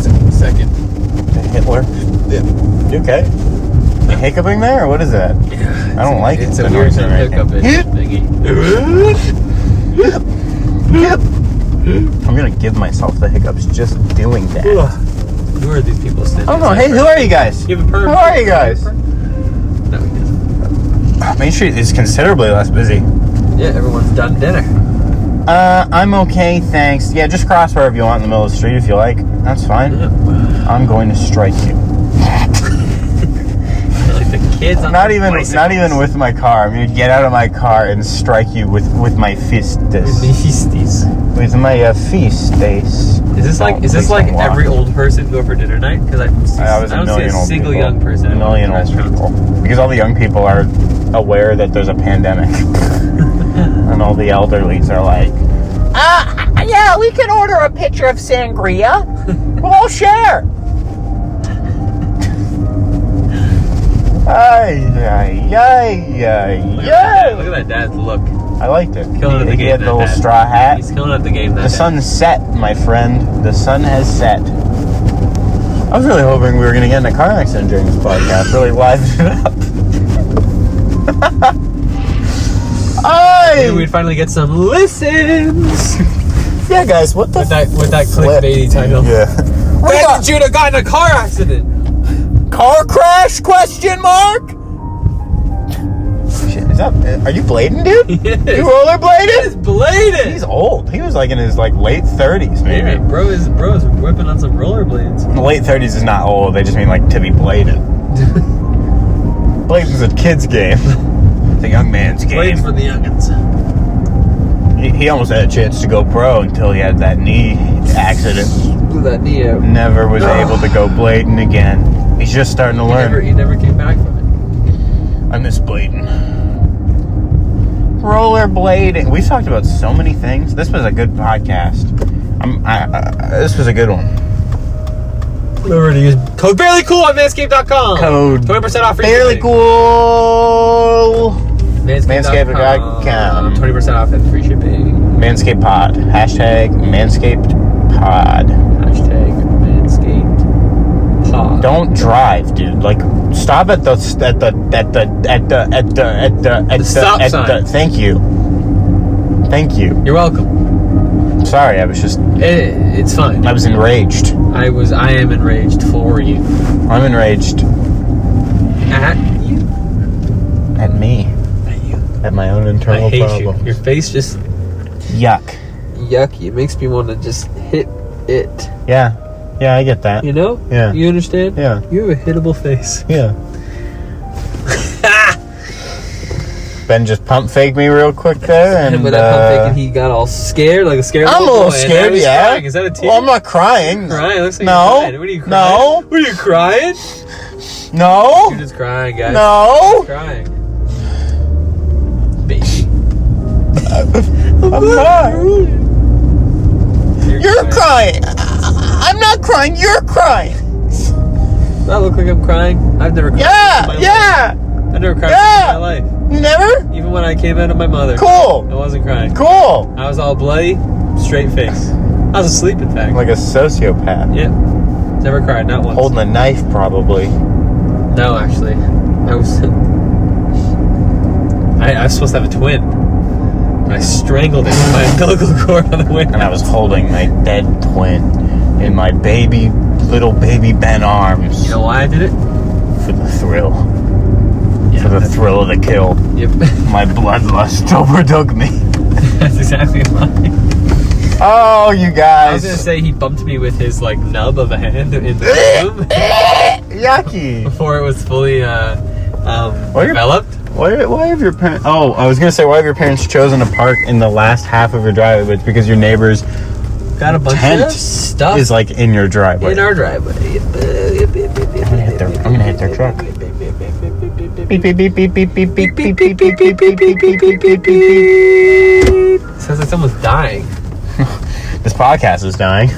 Speaker 3: se- second.
Speaker 2: Hitler. You okay? You hiccuping there? Or what is that? I don't like
Speaker 3: It's
Speaker 2: it.
Speaker 3: a
Speaker 2: the
Speaker 3: weird
Speaker 2: noise right
Speaker 3: hiccup
Speaker 2: now.
Speaker 3: in thingy.
Speaker 2: I'm gonna give myself the hiccups just doing that.
Speaker 3: Ugh. Who are these people sitting?
Speaker 2: I don't know. Oh, Hey, who are you guys?
Speaker 3: You have a perm.
Speaker 2: How are you guys?
Speaker 3: No, he doesn't.
Speaker 2: Main Street is considerably less busy.
Speaker 3: Yeah, everyone's done dinner.
Speaker 2: Uh, I'm okay, thanks. Yeah, just cross wherever you want in the middle of the street if you like. That's fine. I'm going to strike you.
Speaker 3: like the kids on
Speaker 2: Not
Speaker 3: their
Speaker 2: even,
Speaker 3: bicycles.
Speaker 2: not even with my car. I'm gonna get out of my car and strike you with with my fist.
Speaker 3: Beasties.
Speaker 2: With my uh, fist. Is
Speaker 3: Is this like is this like every old person go for dinner night? Because I, see-
Speaker 2: I was
Speaker 3: I
Speaker 2: a
Speaker 3: don't see
Speaker 2: million
Speaker 3: a
Speaker 2: old
Speaker 3: single
Speaker 2: people.
Speaker 3: young person.
Speaker 2: A
Speaker 3: in
Speaker 2: million old
Speaker 3: restaurants.
Speaker 2: people. Because all the young people are aware that there's a pandemic, and all the elderlies are like, "Ah, yeah, we can order a pitcher of sangria. we'll all share." Ay, ay, ay, ay,
Speaker 3: Look at that-
Speaker 2: ay.
Speaker 3: Look at that dad's look.
Speaker 2: I liked it.
Speaker 3: Killing it at
Speaker 2: he
Speaker 3: the
Speaker 2: he
Speaker 3: game.
Speaker 2: had
Speaker 3: that
Speaker 2: the little
Speaker 3: dad.
Speaker 2: straw hat.
Speaker 3: He's killing it at the game. That
Speaker 2: The
Speaker 3: dad.
Speaker 2: sun set, my friend. The sun has set. I was really hoping we were going to get in a car accident during this podcast. Really livened it up.
Speaker 3: Maybe
Speaker 2: I,
Speaker 3: we'd finally get some listens
Speaker 2: yeah, guys, what the
Speaker 3: with that with that
Speaker 2: flip?
Speaker 3: clickbaity title.
Speaker 2: Yeah. We
Speaker 3: Dad
Speaker 2: got
Speaker 3: Judah got in a car accident.
Speaker 2: car crash question mark? Shit, is What's up? Uh, Are you blading, dude?
Speaker 3: Yes.
Speaker 2: You rollerblading?
Speaker 3: It's bladed.
Speaker 2: He's old. He was like in his like late thirties,
Speaker 3: Yeah,
Speaker 2: maybe.
Speaker 3: bro is bro is whipping on some rollerblades.
Speaker 2: The late thirties is not old. They just mean like to be bladed. Blading's a kid's game. It's a young man's game.
Speaker 3: Blades for the youngins.
Speaker 2: He, he almost had a chance to go pro until he had that knee accident.
Speaker 3: Blew that knee out.
Speaker 2: Never was able to go blading again. He's just starting to
Speaker 3: He never,
Speaker 2: learn.
Speaker 3: he never came back from
Speaker 2: e- I miss blading. Rollerblading. We've talked about so many things. This was a good podcast. I'm, I, I, this was a good one.
Speaker 3: it. Remember to use code barely cool on manscaped.com.
Speaker 2: Code
Speaker 3: twenty percent off. for
Speaker 2: Fairly
Speaker 3: shipping.
Speaker 2: cool.
Speaker 3: Manscaped.com.
Speaker 2: manscaped.com.
Speaker 3: Twenty percent off and free shipping.
Speaker 2: Manscaped Pod. Hashtag Manscaped Pod.
Speaker 3: Hashtag Manscaped. Pod.
Speaker 2: Don't drive, dude. Like, stop at the at the at the at the at the at the at the,
Speaker 3: stop
Speaker 2: at
Speaker 3: sign.
Speaker 2: the Thank you. Thank you.
Speaker 3: You're welcome.
Speaker 2: Sorry, I was just
Speaker 3: It, it's fine.
Speaker 2: I was enraged.
Speaker 3: I was. I am enraged for you.
Speaker 2: I'm enraged
Speaker 3: At you.
Speaker 2: at me,
Speaker 3: At you.
Speaker 2: at my own
Speaker 3: I
Speaker 2: internal
Speaker 3: hate
Speaker 2: problem.
Speaker 3: you. Your face just
Speaker 2: Yuck.
Speaker 3: yucky. It makes me want to just hit it.
Speaker 2: Yeah. Yeah, I get that.
Speaker 3: You know?
Speaker 2: Yeah.
Speaker 3: You understand?
Speaker 2: Yeah.
Speaker 3: You have a hittable face.
Speaker 2: Yeah. ben just pump faked me real quick there, and,
Speaker 3: but I'm
Speaker 2: uh,
Speaker 3: thinking he got all scared, like a scared.
Speaker 2: I'm a
Speaker 3: little
Speaker 2: little
Speaker 3: boy, and
Speaker 2: scared.
Speaker 3: now he's
Speaker 2: Yeah.
Speaker 3: crying. Is that a tear?
Speaker 2: Well, I'm not crying.
Speaker 3: crying. Looks like
Speaker 2: No.
Speaker 3: You're crying. What are you crying?
Speaker 2: No.
Speaker 3: What are you crying?
Speaker 2: No.
Speaker 3: You're just crying, guys.
Speaker 2: No.
Speaker 3: Crying. Baby.
Speaker 2: I'm not.
Speaker 3: You're,
Speaker 2: You're crying. I- I'm not crying. You're crying.
Speaker 3: Does that look like I'm crying? I've never cried. in my
Speaker 2: Yeah.
Speaker 3: life.
Speaker 2: Yeah.
Speaker 3: I've never cried
Speaker 2: Yeah.
Speaker 3: in my life.
Speaker 2: Never.
Speaker 3: Even when I came out of my mother, I
Speaker 2: Cool.
Speaker 3: wasn't crying.
Speaker 2: Cool.
Speaker 3: I was all bloody, straight face. I was asleep, in fact.
Speaker 2: I'm like a sociopath.
Speaker 3: yeah. Never cried, not once.
Speaker 2: Holding a knife, probably.
Speaker 3: No, actually, I was. I, I was supposed to have a twin. I strangled it with my umbilical cord on the way.
Speaker 2: And I was holding my dead twin in my baby, little baby Ben arms.
Speaker 3: You know why I did it?
Speaker 2: for the thrill,
Speaker 3: Yeah,
Speaker 2: for the thrill of the kill.
Speaker 3: Yep,
Speaker 2: My bloodlust overtook me.
Speaker 3: that's exactly why.
Speaker 2: Oh, you
Speaker 3: I was gonna
Speaker 2: guys.
Speaker 3: say he bumped me with his like nub of a hand in the room
Speaker 2: Yucky.
Speaker 3: before it was fully uh, um,
Speaker 2: Why are you-
Speaker 3: developed.
Speaker 2: Why, why have your parents? Oh, I was gonna say, why have your parents chosen a park in the last half of your driveway? It's because your neighbors
Speaker 3: Got a bunch
Speaker 2: Tent
Speaker 3: of stuff
Speaker 2: is like in your driveway.
Speaker 3: in our driveway. I'm
Speaker 2: gonna hit their- I'm gonna hit their truck. beep beep beep beep beep beep beep beep beep beep beep beep beep beep beep beep beep.
Speaker 3: Sounds like someone's dying.
Speaker 2: This podcast is dying.